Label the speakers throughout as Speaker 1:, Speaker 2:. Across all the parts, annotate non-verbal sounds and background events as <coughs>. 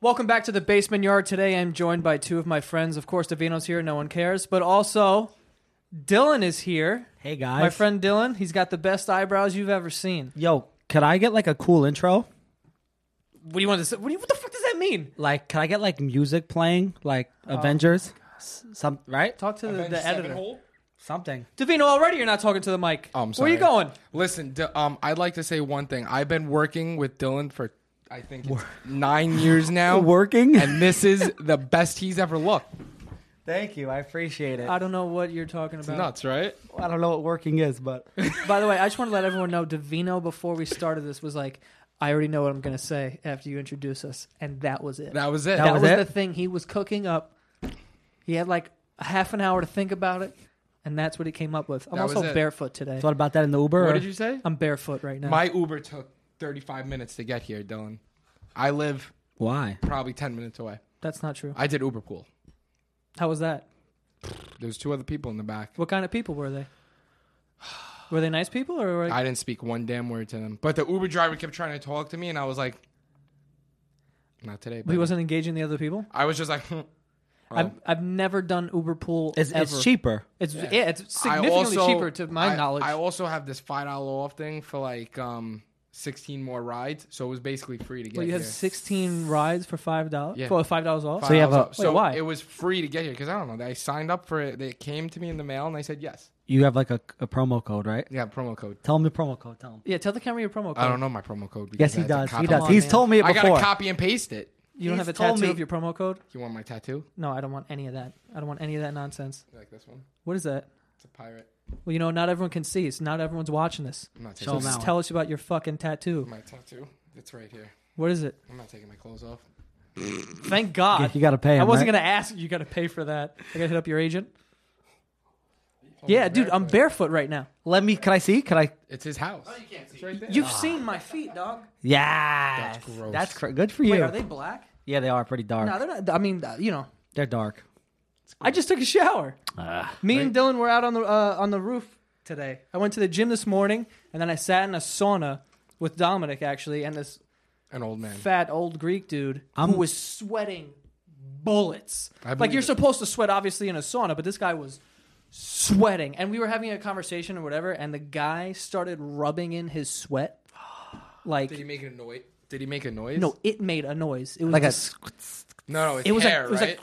Speaker 1: Welcome back to the basement yard. Today I'm joined by two of my friends. Of course, Davino's here, no one cares. But also, Dylan is here.
Speaker 2: Hey guys,
Speaker 1: My friend Dylan, he's got the best eyebrows you've ever seen.
Speaker 2: Yo, could I get like a cool intro?
Speaker 1: What do you want to say? What, do you, what the fuck does that mean?
Speaker 2: Like, could I get like music playing, like Avengers, S- some right?
Speaker 1: Talk to the, the editor.
Speaker 2: Something.
Speaker 1: Davino, already you're not talking to the mic.
Speaker 3: Oh, I'm
Speaker 1: Where
Speaker 3: sorry.
Speaker 1: you going?
Speaker 3: Listen, D- um, I'd like to say one thing. I've been working with Dylan for I think it's nine years now.
Speaker 1: <laughs>
Speaker 2: Working?
Speaker 3: <laughs> and this is the best he's ever looked.
Speaker 2: Thank you, I appreciate it.
Speaker 1: I don't know what you're talking about.
Speaker 3: Nuts, right?
Speaker 2: I don't know what working is, but
Speaker 1: By the way, I just want to let everyone know Davino, before we started this, was like, I already know what I'm going to say after you introduce us. And that was it.
Speaker 3: That was it.
Speaker 1: That
Speaker 2: was
Speaker 1: was,
Speaker 2: it?
Speaker 1: the thing he was cooking up. He had like a half an hour to think about it, and that's what he came up with. I'm
Speaker 3: That
Speaker 1: also
Speaker 3: was it.
Speaker 1: barefoot today.
Speaker 2: thought about that in the Uber.
Speaker 3: what
Speaker 2: or-
Speaker 3: did you say?
Speaker 1: I'm barefoot right now.
Speaker 3: My Uber took 35 minutes to get here, Dylan. I live
Speaker 2: Why?
Speaker 3: probably 10 minutes away.
Speaker 1: that's not true.
Speaker 3: I did Uber pool.
Speaker 1: How was that?
Speaker 3: There was two other people in the back.
Speaker 1: What kind of people were they? Were they nice people or were
Speaker 3: I didn't speak one damn word to them. But the Uber driver kept trying to talk to me, and I was like, "Not today."
Speaker 1: he
Speaker 3: But
Speaker 1: wasn't engaging the other people?
Speaker 3: I was just like, <laughs> "Hmm."
Speaker 1: I've I've never done Uber pool
Speaker 2: It's,
Speaker 1: ever.
Speaker 2: it's cheaper.
Speaker 1: It's yeah, it's significantly
Speaker 3: I also-
Speaker 1: cheaper to my
Speaker 3: I-
Speaker 1: knowledge.
Speaker 3: I also have this five dollar off thing for like um sixteen more rides, so it was basically free to get
Speaker 1: well, you
Speaker 3: here.
Speaker 1: have 16 rides for five dollars.
Speaker 3: Yeah.
Speaker 1: For five dollars off.
Speaker 3: Five
Speaker 2: So you have
Speaker 3: dollars
Speaker 2: a-
Speaker 3: off.
Speaker 1: Wait,
Speaker 3: so
Speaker 1: why?
Speaker 3: it was free to get here because I don't know. I signed up for it. They came to me in the mail and I said yes.
Speaker 2: You have like a, a promo code, right?
Speaker 3: Yeah, promo code.
Speaker 2: Tell him the promo code. Tell him.
Speaker 1: yeah, tell the camera your promo code.
Speaker 3: I don't know my promo code.
Speaker 2: Yes,
Speaker 3: because
Speaker 2: he
Speaker 3: I had
Speaker 2: does.
Speaker 3: to
Speaker 2: He
Speaker 3: copy-
Speaker 2: does.
Speaker 1: on,
Speaker 2: He's
Speaker 1: man.
Speaker 2: told me it
Speaker 3: I
Speaker 2: before.
Speaker 3: gotta copy and paste it.
Speaker 1: You don't
Speaker 2: He's
Speaker 1: have a
Speaker 2: told
Speaker 1: tattoo
Speaker 2: me-
Speaker 1: of your promo code?
Speaker 3: You want my tattoo?
Speaker 1: No, I don't want any of that. I don't want any of that nonsense.
Speaker 3: You like this one?
Speaker 1: What is that?
Speaker 3: It's a pirate.
Speaker 1: Well, you know, not everyone can see. So not everyone's watching this.
Speaker 3: I'm not
Speaker 1: So
Speaker 2: Show
Speaker 3: taking
Speaker 2: him
Speaker 1: just
Speaker 2: out.
Speaker 1: tell us about your fucking tattoo.
Speaker 3: my tattoo. It's right here.
Speaker 1: What is it?
Speaker 3: I'm not taking my clothes off.
Speaker 1: Thank God.
Speaker 2: <laughs> you gotta pay him.
Speaker 1: I wasn't
Speaker 2: right?
Speaker 1: gonna ask. You gotta pay for that. I gotta hit up your agent. yeah, dude, I'm barefoot right now.
Speaker 2: Let me. Can I see? Can I?
Speaker 3: It's his house. Oh, you can't see. It's right there.
Speaker 2: Ah.
Speaker 1: You've seen my feet, dog.
Speaker 2: Yeah.
Speaker 3: That's gross.
Speaker 2: That's cr- good for you.
Speaker 1: Wait, are they black?
Speaker 2: yeah, they are pretty dark.
Speaker 1: No, they're not. I mean, uh, you know,
Speaker 2: They're dark.
Speaker 1: I just took a shower.
Speaker 2: Ah,
Speaker 1: Me and Dylan were out on the uh, on the roof today. I went to the gym this morning, and then I sat in a sauna with Dominic actually, and this
Speaker 3: An old man.
Speaker 1: fat old Greek dude
Speaker 2: I'm-
Speaker 1: who was sweating bullets.
Speaker 3: I believe
Speaker 1: Like you're
Speaker 3: it.
Speaker 1: supposed to sweat obviously in a sauna, but this guy was sweating. And we were having a conversation or whatever, and the guy started rubbing in his sweat.
Speaker 3: <gasps>
Speaker 1: Like
Speaker 3: Did he make a noise? Did he make a noise?
Speaker 1: no, it made a noise. It was
Speaker 2: Like a
Speaker 1: dis-
Speaker 3: No, no, his
Speaker 1: It was like-
Speaker 3: hair,
Speaker 1: it was
Speaker 3: right?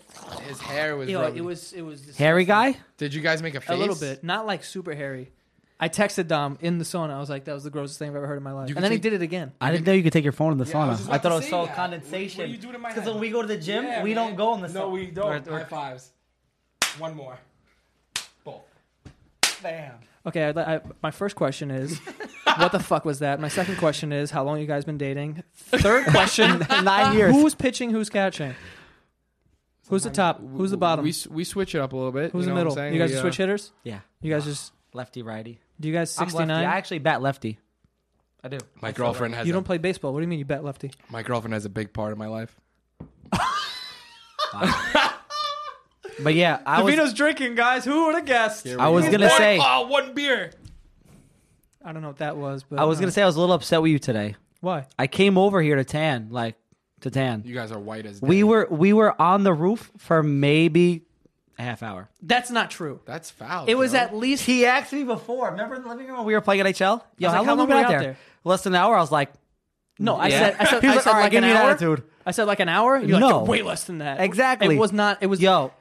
Speaker 3: his hair was.
Speaker 1: you know,
Speaker 3: rubbed.
Speaker 1: it was it was disgusting.
Speaker 2: hairy guy.
Speaker 3: Did you guys make a
Speaker 1: A
Speaker 3: face?
Speaker 1: little bit, not like super hairy. I texted Dom in the sauna. I was like, "That was the grossest thing I've ever heard in my life." and
Speaker 3: You can
Speaker 1: then he
Speaker 3: take-
Speaker 1: did it again.
Speaker 2: I didn't know you could take your phone in the
Speaker 3: I was
Speaker 2: sauna. I,
Speaker 3: just about
Speaker 2: thought
Speaker 3: to
Speaker 2: it was
Speaker 3: say
Speaker 2: so
Speaker 3: that.
Speaker 2: condensation.
Speaker 3: What do you do to my
Speaker 2: Because
Speaker 3: head?
Speaker 2: when we go to the gym,
Speaker 3: Yeah,
Speaker 2: we
Speaker 3: man.
Speaker 2: don't go in the sauna.
Speaker 3: No, we don't.
Speaker 2: We're- we're-
Speaker 3: High fives. One more. Both.
Speaker 2: Bam.
Speaker 1: Okay, I'd li- I, my first question is, what the fuck was that? My second question is, how long you guys been dating? Third question, <laughs>
Speaker 2: Nine years.
Speaker 1: Who's pitching? Who's catching? Who's the top? Who's the bottom?
Speaker 3: We s- we switch it up a little bit.
Speaker 1: Who's
Speaker 3: you
Speaker 1: the
Speaker 3: know what I'm
Speaker 1: middle?
Speaker 3: saying?
Speaker 1: You guys
Speaker 3: We,
Speaker 1: are
Speaker 3: uh,
Speaker 1: switch hitters.
Speaker 2: Yeah.
Speaker 1: You guys just
Speaker 2: Lefty, righty.
Speaker 1: do you guys
Speaker 2: I'm
Speaker 1: sixty
Speaker 2: lefty. I
Speaker 1: nine?
Speaker 2: actually bat lefty. I do.
Speaker 3: My girlfriend has.
Speaker 1: You
Speaker 3: a,
Speaker 1: don't play baseball. What do you mean you bet lefty?
Speaker 3: my girlfriend has a big part of my life.
Speaker 2: But yeah, I was.
Speaker 1: drinking, guys. Who would have guessed?
Speaker 2: I was gonna
Speaker 3: One-
Speaker 2: say.
Speaker 3: oh, one beer.
Speaker 1: I don't know what that was, but
Speaker 2: I was
Speaker 1: uh,
Speaker 2: gonna say I was a little upset with you today.
Speaker 1: why.
Speaker 2: I came over here to tan, like to tan.
Speaker 3: You guys are white as.
Speaker 2: We
Speaker 3: day.
Speaker 2: were we were on the roof for maybe a half hour.
Speaker 1: That's not true.
Speaker 3: That's foul.
Speaker 1: It was
Speaker 3: yo.
Speaker 1: at least
Speaker 2: He asked me before. Remember in the living room when we were playing NHL? Yo,
Speaker 1: I was
Speaker 2: how,
Speaker 1: like,
Speaker 2: long, have we been out there?
Speaker 1: there?
Speaker 2: Less than an hour. I was like,
Speaker 1: No, I
Speaker 2: Yeah.
Speaker 1: said I said,
Speaker 2: <laughs> He was
Speaker 1: I
Speaker 2: like,
Speaker 1: said
Speaker 2: "All right,
Speaker 1: like
Speaker 2: give
Speaker 1: an
Speaker 2: me an
Speaker 1: hour.
Speaker 2: attitude.
Speaker 1: I said like an hour. You're
Speaker 2: No.
Speaker 1: like way less than that.
Speaker 2: Exactly.
Speaker 1: It was not. It was
Speaker 2: yo,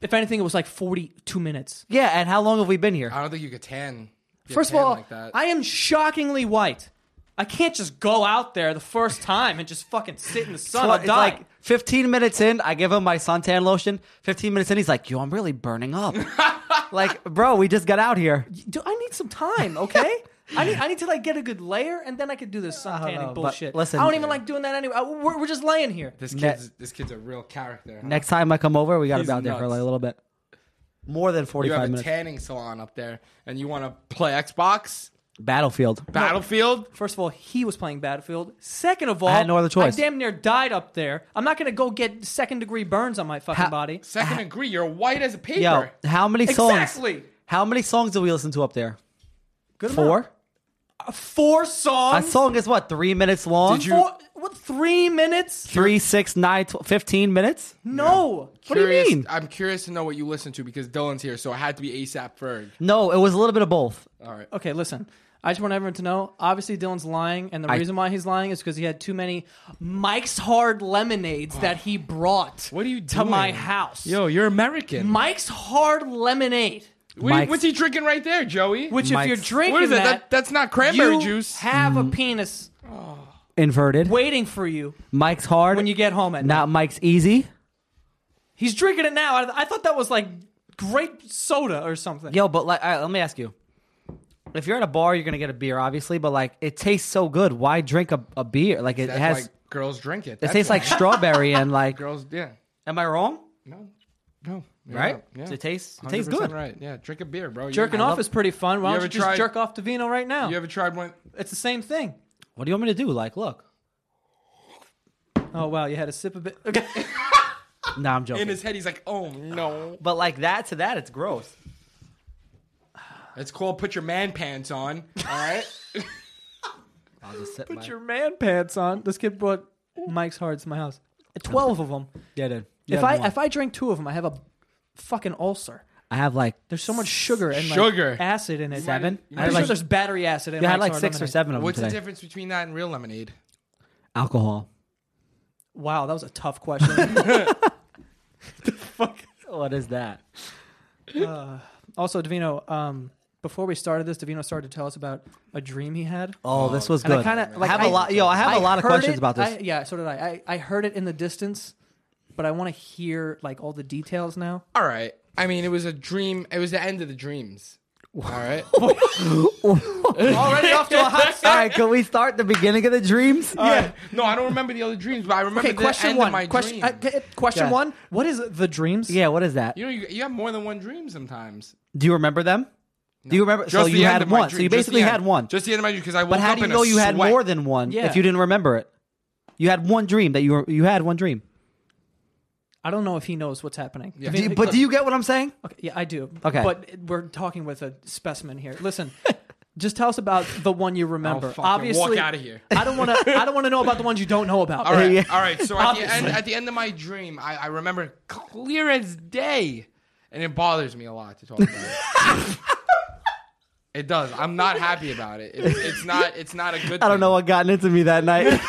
Speaker 1: If anything, it was like forty two minutes.
Speaker 2: yeah. And how long have we been here?
Speaker 3: I don't think you could tan. get
Speaker 1: First of
Speaker 3: tan
Speaker 1: all,
Speaker 3: like that.
Speaker 1: I am shockingly white. I can't just go out there the first time and just fucking sit in the sun.
Speaker 2: Well,
Speaker 1: I'll
Speaker 2: it's
Speaker 1: die.
Speaker 2: like 15 minutes in, I give him my suntan lotion. 15 minutes in, he's like, "Yo, I'm really burning
Speaker 3: <laughs>
Speaker 2: up." like, bro, we just got out here.
Speaker 1: Do- I need some time, okay? <laughs> I need I need to like get a good layer and then I could do this sun
Speaker 2: don't know,
Speaker 1: tanning
Speaker 2: but
Speaker 1: bullshit.
Speaker 2: listen-
Speaker 1: I don't even like doing that anyway. I- we're, we're just laying here.
Speaker 3: this
Speaker 2: Ne-
Speaker 3: kid's this kid's a real character. huh?
Speaker 2: Next time I come over, we got to
Speaker 3: He's
Speaker 2: be out there for
Speaker 3: nuts.
Speaker 2: like a little bit. More than
Speaker 3: you
Speaker 2: 45
Speaker 3: have a
Speaker 2: minutes.
Speaker 3: tanning salon up there, and you want to play Xbox,
Speaker 2: Battlefield.
Speaker 3: Battlefield.
Speaker 1: First of all, he was playing Battlefield. Second of all,
Speaker 2: had no other choice.
Speaker 1: I damn near died up there. I'm not gonna go get second degree burns on my fucking
Speaker 2: How-
Speaker 1: body.
Speaker 3: Second degree. You're white as a paper.
Speaker 2: Ah. Yo, how many songs?
Speaker 1: Exactly.
Speaker 2: How many songs do we listen to up there? Good Four?
Speaker 1: Four
Speaker 2: A
Speaker 1: songs.
Speaker 2: song is what, three minutes long?
Speaker 3: Did you-
Speaker 1: Four, what three minutes?
Speaker 2: Three, six, nine, tw- 15 minutes?
Speaker 1: No.
Speaker 2: What do you
Speaker 3: Curious-
Speaker 2: mean?
Speaker 3: I'm curious to know what you listen to because Dylan's here, so it had to be ASAP Ferg.
Speaker 2: No, it was a little bit of both.
Speaker 3: All right.
Speaker 1: Okay, listen. I just want everyone to know. Obviously, Dylan's lying, and the
Speaker 2: I-
Speaker 1: reason why he's lying is because he had too many Mike's Hard Lemonades that he brought.
Speaker 3: What are you
Speaker 1: to my
Speaker 3: doing?
Speaker 1: house?
Speaker 3: Yo, you're American.
Speaker 1: Mike's Hard Lemonade.
Speaker 3: What are you-
Speaker 2: Mike's-
Speaker 3: what's he drinking right there, Joey?
Speaker 1: Which, if
Speaker 2: Mike's-
Speaker 1: you're drinking
Speaker 3: what is that?
Speaker 1: that,
Speaker 3: that? That's not cranberry
Speaker 1: you
Speaker 3: juice. Mm-hmm.
Speaker 1: have a penis
Speaker 2: Inverted.
Speaker 1: waiting for you
Speaker 2: Mike's hard.
Speaker 1: when you get home at night.
Speaker 2: not Mike's easy.
Speaker 1: He's drinking it now. I, I thought that was like grape soda or something.
Speaker 2: Yo, but like, all right, let me ask you. If you're at a bar, you're going to get a beer, obviously, but like, it tastes so good. Why drink a, a beer? Like, it
Speaker 3: That's
Speaker 2: has,
Speaker 3: why girls drink it.
Speaker 2: it
Speaker 3: That's
Speaker 2: tastes
Speaker 3: why.
Speaker 2: like strawberry and
Speaker 3: <laughs>
Speaker 2: like,
Speaker 3: girls. Yeah.
Speaker 2: am I wrong?
Speaker 3: No. No. You're
Speaker 2: Right?
Speaker 3: Yeah.
Speaker 2: It tastes, it tastes
Speaker 3: 100%
Speaker 2: good.
Speaker 3: Right. Yeah. Drink a beer, bro. You-
Speaker 1: Jerking
Speaker 3: I
Speaker 1: off
Speaker 3: love-
Speaker 1: is pretty fun. Why
Speaker 3: You
Speaker 1: don't
Speaker 3: ever
Speaker 1: you just
Speaker 3: tried-
Speaker 1: jerk off to Vino right now?
Speaker 3: You ever tried one?
Speaker 1: It's the same thing.
Speaker 2: What do you want me to do? Like, look.
Speaker 1: Oh wow, you had a sip of it. Okay.
Speaker 2: Nah, I'm joking.
Speaker 3: In his head, he's like, "Oh no."
Speaker 2: but like that to that, it's gross.
Speaker 3: It's called put your man pants on. All
Speaker 2: <laughs>
Speaker 3: right.
Speaker 2: I'll just sit
Speaker 1: Put your man pants on. This kid brought Mike's Hards to my house. Twelve of them.
Speaker 2: Yeah, dude.
Speaker 1: if I if I drink two of them, I have a fucking ulcer.
Speaker 2: I have like
Speaker 1: There's so much sugar and like,
Speaker 3: Sugar.
Speaker 1: acid in it.
Speaker 2: seven.
Speaker 3: You
Speaker 1: I'm
Speaker 2: I had
Speaker 1: sure
Speaker 2: like,
Speaker 1: there's battery acid in.
Speaker 2: I
Speaker 1: Mike's
Speaker 2: had like
Speaker 1: Hard
Speaker 2: six or
Speaker 1: Lemonade.
Speaker 2: seven of them
Speaker 3: What's the
Speaker 2: today.
Speaker 3: difference between that and real lemonade?
Speaker 2: Alcohol.
Speaker 1: Wow, that was a tough question. <laughs>
Speaker 2: What is that?
Speaker 1: also, Davino, um, before we started this, Davino started to tell us about a dream he had.
Speaker 2: Oh, this was
Speaker 1: And
Speaker 2: good.
Speaker 1: I kinda, like,
Speaker 2: I have a
Speaker 1: I-
Speaker 2: lot. Yo, I have a lot of
Speaker 1: heard
Speaker 2: questions
Speaker 1: it-
Speaker 2: about this.
Speaker 1: I, yeah, so did I. I. I heard it in the distance, but I want to hear like all the details now.
Speaker 3: All right. I mean, it was a dream. It was the end of the dreams.
Speaker 2: <laughs>
Speaker 3: All right. <laughs>
Speaker 1: Already off to a hot
Speaker 2: All right, can we start the beginning of the dreams?
Speaker 3: yeah. No, I don't remember the other dreams, but I remember
Speaker 1: Okay,
Speaker 3: the
Speaker 1: question
Speaker 3: end of my
Speaker 1: one. Question,
Speaker 3: dream.
Speaker 1: uh, uh, question
Speaker 2: Yeah.
Speaker 1: one. What is the dreams?
Speaker 2: Yeah, what is that?
Speaker 3: you know, you, you have more than one dream sometimes.
Speaker 2: Do you remember them? Do you remember? so
Speaker 3: Just the
Speaker 2: you
Speaker 3: end
Speaker 2: had
Speaker 3: of my
Speaker 2: one. So
Speaker 3: dream.
Speaker 2: you
Speaker 3: Just
Speaker 2: basically
Speaker 3: the end.
Speaker 2: had one.
Speaker 3: Just the end of my dream because I woke
Speaker 2: but how
Speaker 3: up
Speaker 2: do you
Speaker 3: in
Speaker 2: know
Speaker 3: a
Speaker 2: you had
Speaker 3: sweat.
Speaker 2: more than one
Speaker 1: Yeah.
Speaker 2: if you didn't remember it? You had one dream that you were, you had one dream.
Speaker 1: I don't know if he knows what's happening.
Speaker 3: Yeah.
Speaker 1: I
Speaker 2: Do you- but do you get what I'm saying?
Speaker 1: okay, yeah, I do.
Speaker 2: Okay.
Speaker 1: but we're talking with a specimen here. Listen, <laughs> just tell us about the one you remember.
Speaker 3: fucking walk
Speaker 1: Obviously,
Speaker 3: outta here.
Speaker 1: I don't want to. I don't want to know about the ones you don't know about.
Speaker 3: All right,
Speaker 2: Yeah.
Speaker 3: all right. So at the, end, at the end of my dream, I, I remember clear as day, and it bothers me a lot to talk about it.
Speaker 1: <laughs>
Speaker 3: it does. I'm not happy about it. It's it's not. It's not a good.
Speaker 2: I don't
Speaker 3: thing.
Speaker 2: know what got into me that
Speaker 3: <laughs>
Speaker 2: night.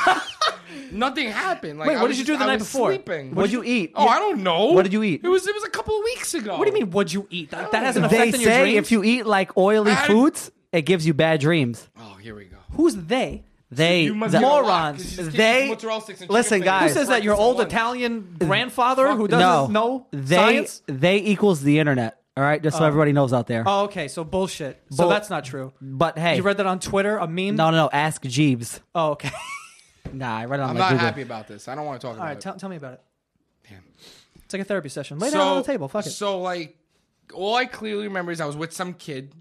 Speaker 3: Nothing happened. Like,
Speaker 1: Wait,
Speaker 3: I
Speaker 1: what
Speaker 3: was
Speaker 1: did you
Speaker 3: just-
Speaker 1: do the
Speaker 3: I
Speaker 1: night
Speaker 3: was
Speaker 1: before?
Speaker 3: Sleeping.
Speaker 2: What'd you eat?
Speaker 3: Oh, I don't know.
Speaker 2: What did you eat?
Speaker 3: It was it was a couple of weeks ago.
Speaker 1: What do you mean? What'd you eat? That, that has an
Speaker 2: They
Speaker 1: effect on your
Speaker 2: say
Speaker 1: dreams.
Speaker 2: if you eat like oily
Speaker 3: I-
Speaker 2: foods, it gives you bad dreams.
Speaker 3: Oh, here we go.
Speaker 1: Who's they?
Speaker 2: They
Speaker 3: You must
Speaker 2: the-
Speaker 3: be a lot, 'cause
Speaker 2: morons.
Speaker 3: you just keep eating
Speaker 2: They
Speaker 3: mozzarella sticks and chicken
Speaker 2: listen,
Speaker 3: fingers.
Speaker 2: guys.
Speaker 1: Who says that your old Italian grandfather who
Speaker 3: Fuck.
Speaker 1: doesn't
Speaker 2: no,
Speaker 1: know
Speaker 2: they
Speaker 1: science?
Speaker 2: they equals the internet. All right, just so everybody knows out there.
Speaker 1: Oh, okay. So bullshit. So
Speaker 2: Bull-
Speaker 1: that's not true.
Speaker 2: but hey,
Speaker 1: You read that on Twitter, a meme.
Speaker 2: no, no, no. Ask Jeeves.
Speaker 1: Oh, okay. <laughs>
Speaker 2: Nah, I read it on
Speaker 3: I'm
Speaker 2: my
Speaker 3: not
Speaker 2: Google.
Speaker 3: happy about this. I don't want to talk
Speaker 1: All
Speaker 3: about
Speaker 1: right.
Speaker 3: it.
Speaker 1: Tell, tell me about it.
Speaker 3: Damn.
Speaker 1: It's like a therapy session. Lay down on the table. Fuck it.
Speaker 3: So like, all I clearly remember is I was with some kid,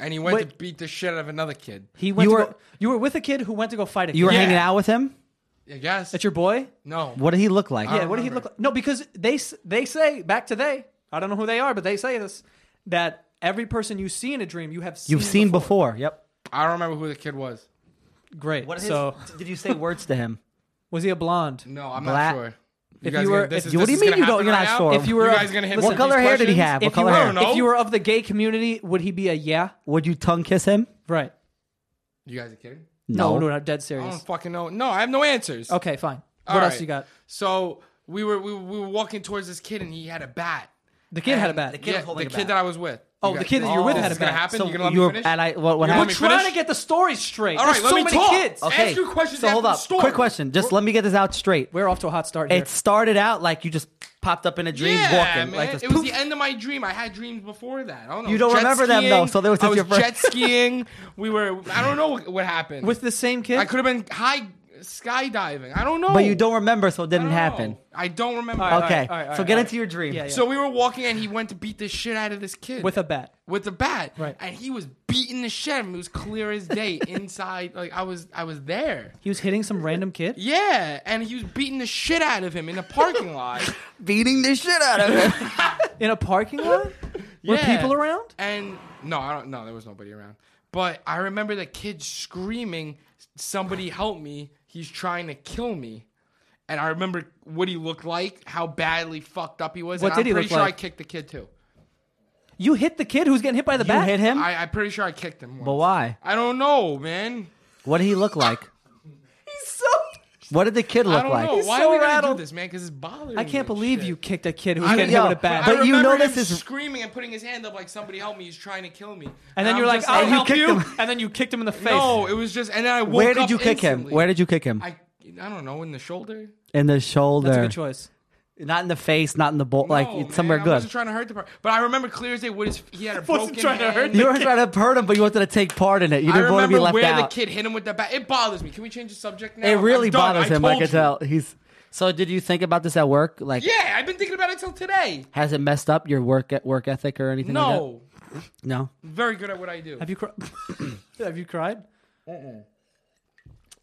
Speaker 3: and he went
Speaker 1: Wait.
Speaker 3: to beat the shit out of another kid.
Speaker 1: He went.
Speaker 2: You
Speaker 1: to
Speaker 2: were-
Speaker 1: go- you were with a kid who went to go fight a.
Speaker 2: You were
Speaker 1: kid.
Speaker 3: Yeah.
Speaker 2: hanging out with him.
Speaker 3: I guess.
Speaker 1: That's your boy.
Speaker 3: no.
Speaker 2: What did he look like?
Speaker 1: Yeah. What did he look like? No, because they s- they say back to they. I don't know who they are, but they say this that every person you see in a dream you have seen
Speaker 2: You've seen before. Yep.
Speaker 3: I don't remember who the kid was.
Speaker 1: Great.
Speaker 2: What is,
Speaker 1: so
Speaker 2: did you say words to him?
Speaker 1: was he a blonde?
Speaker 3: No, I'm
Speaker 2: Black-
Speaker 3: not sure. You
Speaker 1: If you were- if
Speaker 2: you- what do you mean
Speaker 3: gonna
Speaker 2: you don't-
Speaker 3: happen
Speaker 2: you're not
Speaker 3: now?
Speaker 2: sure?
Speaker 1: If you were
Speaker 3: you
Speaker 1: a-
Speaker 3: guys are gonna hit me
Speaker 1: listen,
Speaker 3: with
Speaker 2: what color
Speaker 3: these
Speaker 2: hair did he
Speaker 3: questions?
Speaker 2: have? What
Speaker 1: If you,
Speaker 2: color
Speaker 1: were,
Speaker 3: I
Speaker 2: hair?
Speaker 3: don't know.
Speaker 1: if you were of the gay community, would he be a yeah?
Speaker 2: Would you tongue kiss him?
Speaker 1: Right.
Speaker 3: You guys are kidding?
Speaker 1: No, no, no dead
Speaker 3: I
Speaker 1: serious.
Speaker 3: don't fucking know. No, I have no answers.
Speaker 1: Okay, fine.
Speaker 3: All
Speaker 1: what else
Speaker 3: right.
Speaker 1: you got?
Speaker 3: So we were we, were- we were walking towards this kid, and he had a bat.
Speaker 1: The kid had a
Speaker 3: And-
Speaker 1: bat.
Speaker 2: kid
Speaker 3: yeah,
Speaker 2: was holding
Speaker 3: the
Speaker 2: a
Speaker 3: kid
Speaker 2: bat.
Speaker 3: that I was with.
Speaker 1: Oh,
Speaker 3: You
Speaker 1: the
Speaker 3: guys-
Speaker 1: kid that you're with
Speaker 3: this
Speaker 1: had a
Speaker 3: is gonna
Speaker 1: bat.
Speaker 3: happen.
Speaker 1: So
Speaker 3: you're gonna let
Speaker 2: you
Speaker 3: me
Speaker 2: were-
Speaker 3: finish.
Speaker 2: and I what,
Speaker 1: We're
Speaker 2: what
Speaker 3: You're Let
Speaker 2: happened?
Speaker 3: me
Speaker 1: trying
Speaker 3: finish.
Speaker 1: to get the story straight.
Speaker 3: All right,
Speaker 1: There's
Speaker 3: let
Speaker 1: so
Speaker 3: me
Speaker 1: many
Speaker 3: talk.
Speaker 1: kids.
Speaker 3: Okay. ask you a question
Speaker 2: So hold
Speaker 3: after the
Speaker 2: up.
Speaker 3: story.
Speaker 2: Quick question. Just let me get this out straight.
Speaker 1: We're off to a hot start here.
Speaker 2: It started out like you just popped up in a dream
Speaker 3: yeah,
Speaker 2: walking
Speaker 3: man.
Speaker 2: like this.
Speaker 3: it was
Speaker 2: Poof.
Speaker 3: the end of my dream. I had dreams before that. I don't know.
Speaker 2: You don't
Speaker 3: Jet
Speaker 2: remember them, though,
Speaker 3: skiing.
Speaker 2: so there was
Speaker 3: I
Speaker 2: just
Speaker 3: was
Speaker 2: your first-
Speaker 3: jet skiing. We were. I don't know what, what happened.
Speaker 1: With the same kid?
Speaker 3: I could have been high skydiving. I don't know.
Speaker 2: but you don't remember, so it
Speaker 3: I
Speaker 2: didn't
Speaker 3: don't
Speaker 2: happen.
Speaker 3: know. I don't remember.
Speaker 1: All right,
Speaker 2: Okay.
Speaker 1: all right, all right,
Speaker 2: so get
Speaker 1: all
Speaker 2: into
Speaker 1: right.
Speaker 2: your dream.
Speaker 1: Yeah, yeah.
Speaker 3: So we were walking, and he went to beat the shit out of this kid
Speaker 1: With a bat.
Speaker 3: with a bat,
Speaker 1: Right.
Speaker 3: And he was beating the shit out of him. It was clear as day <laughs> inside. Like I was, I was there.
Speaker 1: He was hitting some random kid?
Speaker 3: <laughs> Yeah, and he was beating the shit out of him in the parking lot.
Speaker 2: Beating the shit out of him.
Speaker 1: In a parking lot?
Speaker 3: <laughs>
Speaker 1: Were
Speaker 3: Yeah.
Speaker 1: people around?
Speaker 3: And no, I don't. No, there was nobody around. But I remember the kid screaming, "Somebody help me! he's trying to kill me. And I remember what he looked like, how badly fucked up he was.
Speaker 1: What
Speaker 3: and
Speaker 1: did
Speaker 3: I'm
Speaker 1: he
Speaker 3: pretty
Speaker 1: look
Speaker 3: sure
Speaker 1: like?
Speaker 3: I kicked the kid too.
Speaker 1: You hit the kid who's getting hit by the
Speaker 2: You
Speaker 1: bat.
Speaker 2: hit him?
Speaker 3: I, I'm pretty sure I kicked him. Once.
Speaker 2: but why?
Speaker 3: I don't know, man.
Speaker 2: <laughs> What did he look like?
Speaker 1: He's so.
Speaker 2: What did the kid
Speaker 3: I
Speaker 2: look
Speaker 3: don't
Speaker 2: like?
Speaker 3: know. Why
Speaker 1: so
Speaker 3: are we gonna
Speaker 1: rattled.
Speaker 3: do this, man? Because it's bothering.
Speaker 1: I
Speaker 3: me
Speaker 1: can't
Speaker 3: and
Speaker 1: believe
Speaker 3: shit.
Speaker 1: you kicked a kid who was
Speaker 3: I-
Speaker 1: getting hit
Speaker 2: yo,
Speaker 1: with a bat.
Speaker 2: but
Speaker 3: I
Speaker 2: you
Speaker 3: remember
Speaker 2: know this
Speaker 3: him
Speaker 2: is-
Speaker 3: screaming and putting his hand up like somebody help me. He's trying to kill me.
Speaker 1: and then
Speaker 3: I'm
Speaker 1: you're like,
Speaker 3: just
Speaker 1: "I'll
Speaker 2: you
Speaker 1: help
Speaker 2: kicked
Speaker 1: you,"
Speaker 2: him.
Speaker 1: and then you kicked him in the face.
Speaker 3: No, it was just. And then I woke
Speaker 2: Where did
Speaker 3: up
Speaker 2: you kick him?
Speaker 3: instantly.
Speaker 2: Where did you kick him?
Speaker 3: I? I don't know. In the shoulder.
Speaker 2: in the shoulder.
Speaker 1: that's a good choice.
Speaker 2: Not in the face, not in the bowl. like
Speaker 3: No,
Speaker 2: it's somewhere
Speaker 3: man, I
Speaker 2: good.
Speaker 3: wasn't trying to hurt the part. But I remember clear as day. What his he had a
Speaker 1: <laughs> wasn't
Speaker 3: broken
Speaker 1: trying to
Speaker 3: hand.
Speaker 1: hurt the
Speaker 2: You weren't trying to hurt him, but you wanted to take part in it. You
Speaker 3: I
Speaker 2: didn't want to be
Speaker 3: remember
Speaker 2: left
Speaker 3: where
Speaker 2: out.
Speaker 3: the kid hit him with the bat. It bothers me. Can we change the subject now?
Speaker 2: it really
Speaker 3: I'm done.
Speaker 2: bothers him. I
Speaker 3: told
Speaker 2: can
Speaker 3: you.
Speaker 2: tell. He's so. Did you think about this at work? Like,
Speaker 3: Yeah, I've been thinking about it till today.
Speaker 2: has it messed up your work work ethic or anything? like
Speaker 3: No,
Speaker 2: that? no.
Speaker 3: very good at what I do.
Speaker 1: Have you cried? Have you cried?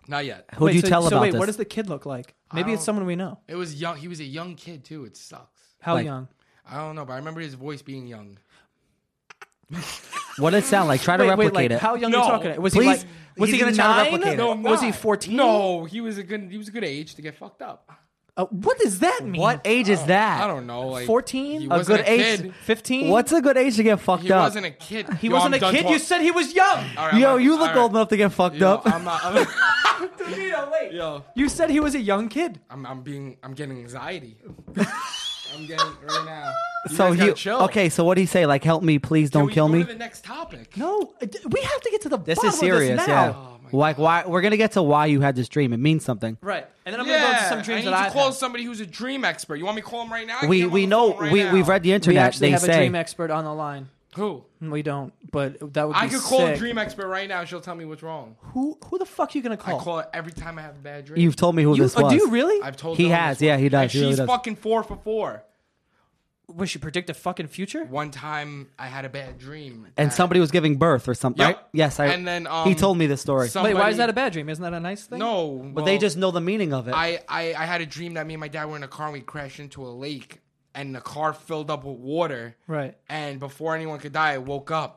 Speaker 3: Not yet.
Speaker 2: Who'd
Speaker 1: Wait,
Speaker 2: you
Speaker 1: so,
Speaker 2: tell
Speaker 1: so
Speaker 2: about
Speaker 1: wait,
Speaker 2: this?
Speaker 1: what does the kid look like? Maybe it's
Speaker 3: don't-
Speaker 1: someone we know.
Speaker 3: It was young. He was a young kid too. It sucks.
Speaker 1: How
Speaker 2: Like-
Speaker 1: young?
Speaker 3: I don't know, but I remember his voice being young.
Speaker 2: what did it sound like? Try to
Speaker 1: Wait, wait,
Speaker 2: replicate
Speaker 1: like
Speaker 2: it.
Speaker 1: how young are
Speaker 3: No,
Speaker 1: you talking? Was
Speaker 2: please,
Speaker 1: he like? Was he
Speaker 2: he's gonna try to
Speaker 1: nine?
Speaker 2: replicate it. No,
Speaker 3: I'm
Speaker 1: was
Speaker 3: not.
Speaker 1: he fourteen?
Speaker 3: No, he was a good. He was a good age to get fucked up.
Speaker 1: Uh, what does that mean?
Speaker 2: what age is that?
Speaker 3: Oh, I don't know. Like
Speaker 1: 14?
Speaker 3: He
Speaker 1: A
Speaker 3: wasn't
Speaker 2: good
Speaker 3: a
Speaker 2: age.
Speaker 3: kid.
Speaker 1: Fifteen?
Speaker 2: What's a good age to get fucked
Speaker 3: He
Speaker 2: up?
Speaker 3: wasn't a kid.
Speaker 1: He wasn't a kid. You said he was young.
Speaker 2: Yo, you look old enough to get fucked up.
Speaker 3: I'm not. I'm,
Speaker 1: Vito, wait.
Speaker 3: yo,
Speaker 1: You said he was a young kid.
Speaker 3: I'm, I'm being. I'm getting anxiety. I'm getting right now.
Speaker 2: <laughs>
Speaker 3: You
Speaker 2: so
Speaker 3: guys
Speaker 2: he
Speaker 3: gotta chill.
Speaker 2: okay. So what did he say? Like, help me, please,
Speaker 3: Can
Speaker 2: don't
Speaker 3: we
Speaker 2: kill
Speaker 3: go
Speaker 2: me.
Speaker 3: To the next topic.
Speaker 1: No, uh, d- we have to get to the
Speaker 2: This
Speaker 1: bottom
Speaker 2: is serious.
Speaker 1: of this now.
Speaker 2: yeah.
Speaker 3: Oh my
Speaker 2: like, why? We're gonna get to why you had this dream. It means something.
Speaker 1: Right, and then I'm
Speaker 3: Yeah,
Speaker 1: gonna go into some dreams
Speaker 3: I need
Speaker 1: that
Speaker 3: to
Speaker 1: I've
Speaker 3: call
Speaker 1: had.
Speaker 3: somebody who's a dream expert. You want me to call him right now? I can get
Speaker 2: We
Speaker 3: him on
Speaker 2: we
Speaker 3: the
Speaker 2: know
Speaker 3: phone right
Speaker 2: we
Speaker 3: now.
Speaker 2: we've read the
Speaker 1: We
Speaker 2: internet.
Speaker 1: actually
Speaker 2: They
Speaker 1: have a
Speaker 2: say
Speaker 1: dream expert on the line.
Speaker 3: who.
Speaker 1: We don't, but that would be
Speaker 3: I could call a
Speaker 1: sick.
Speaker 3: dream expert right now. She'll tell me what's wrong.
Speaker 1: Who who the fuck you gonna
Speaker 3: I
Speaker 2: Oh.
Speaker 1: call?
Speaker 3: call her every uh, time I have a bad dream.
Speaker 2: you've told me who
Speaker 1: you,
Speaker 2: this
Speaker 1: oh,
Speaker 2: was.
Speaker 1: do you really?
Speaker 3: I've told
Speaker 2: He
Speaker 3: her
Speaker 2: has,
Speaker 3: this
Speaker 2: yeah,
Speaker 3: one.
Speaker 2: he does,
Speaker 3: And
Speaker 2: he really
Speaker 3: she's
Speaker 2: does.
Speaker 3: fucking four for four.
Speaker 1: Was she predict a fucking future?
Speaker 3: One time I had a bad dream,
Speaker 2: and
Speaker 3: that-
Speaker 2: somebody was giving birth or something.
Speaker 3: Yep.
Speaker 2: Right? Yes, I.
Speaker 3: And then, um,
Speaker 2: he told me this story.
Speaker 3: somebody-
Speaker 1: Wait, why is that a bad dream? Isn't that a nice thing?
Speaker 3: No,
Speaker 2: but they just know the meaning of it.
Speaker 3: I, I I had a dream that me and my dad were in a car and we crashed into a lake and the car filled up with water.
Speaker 1: Right.
Speaker 3: And before anyone could die, I woke up.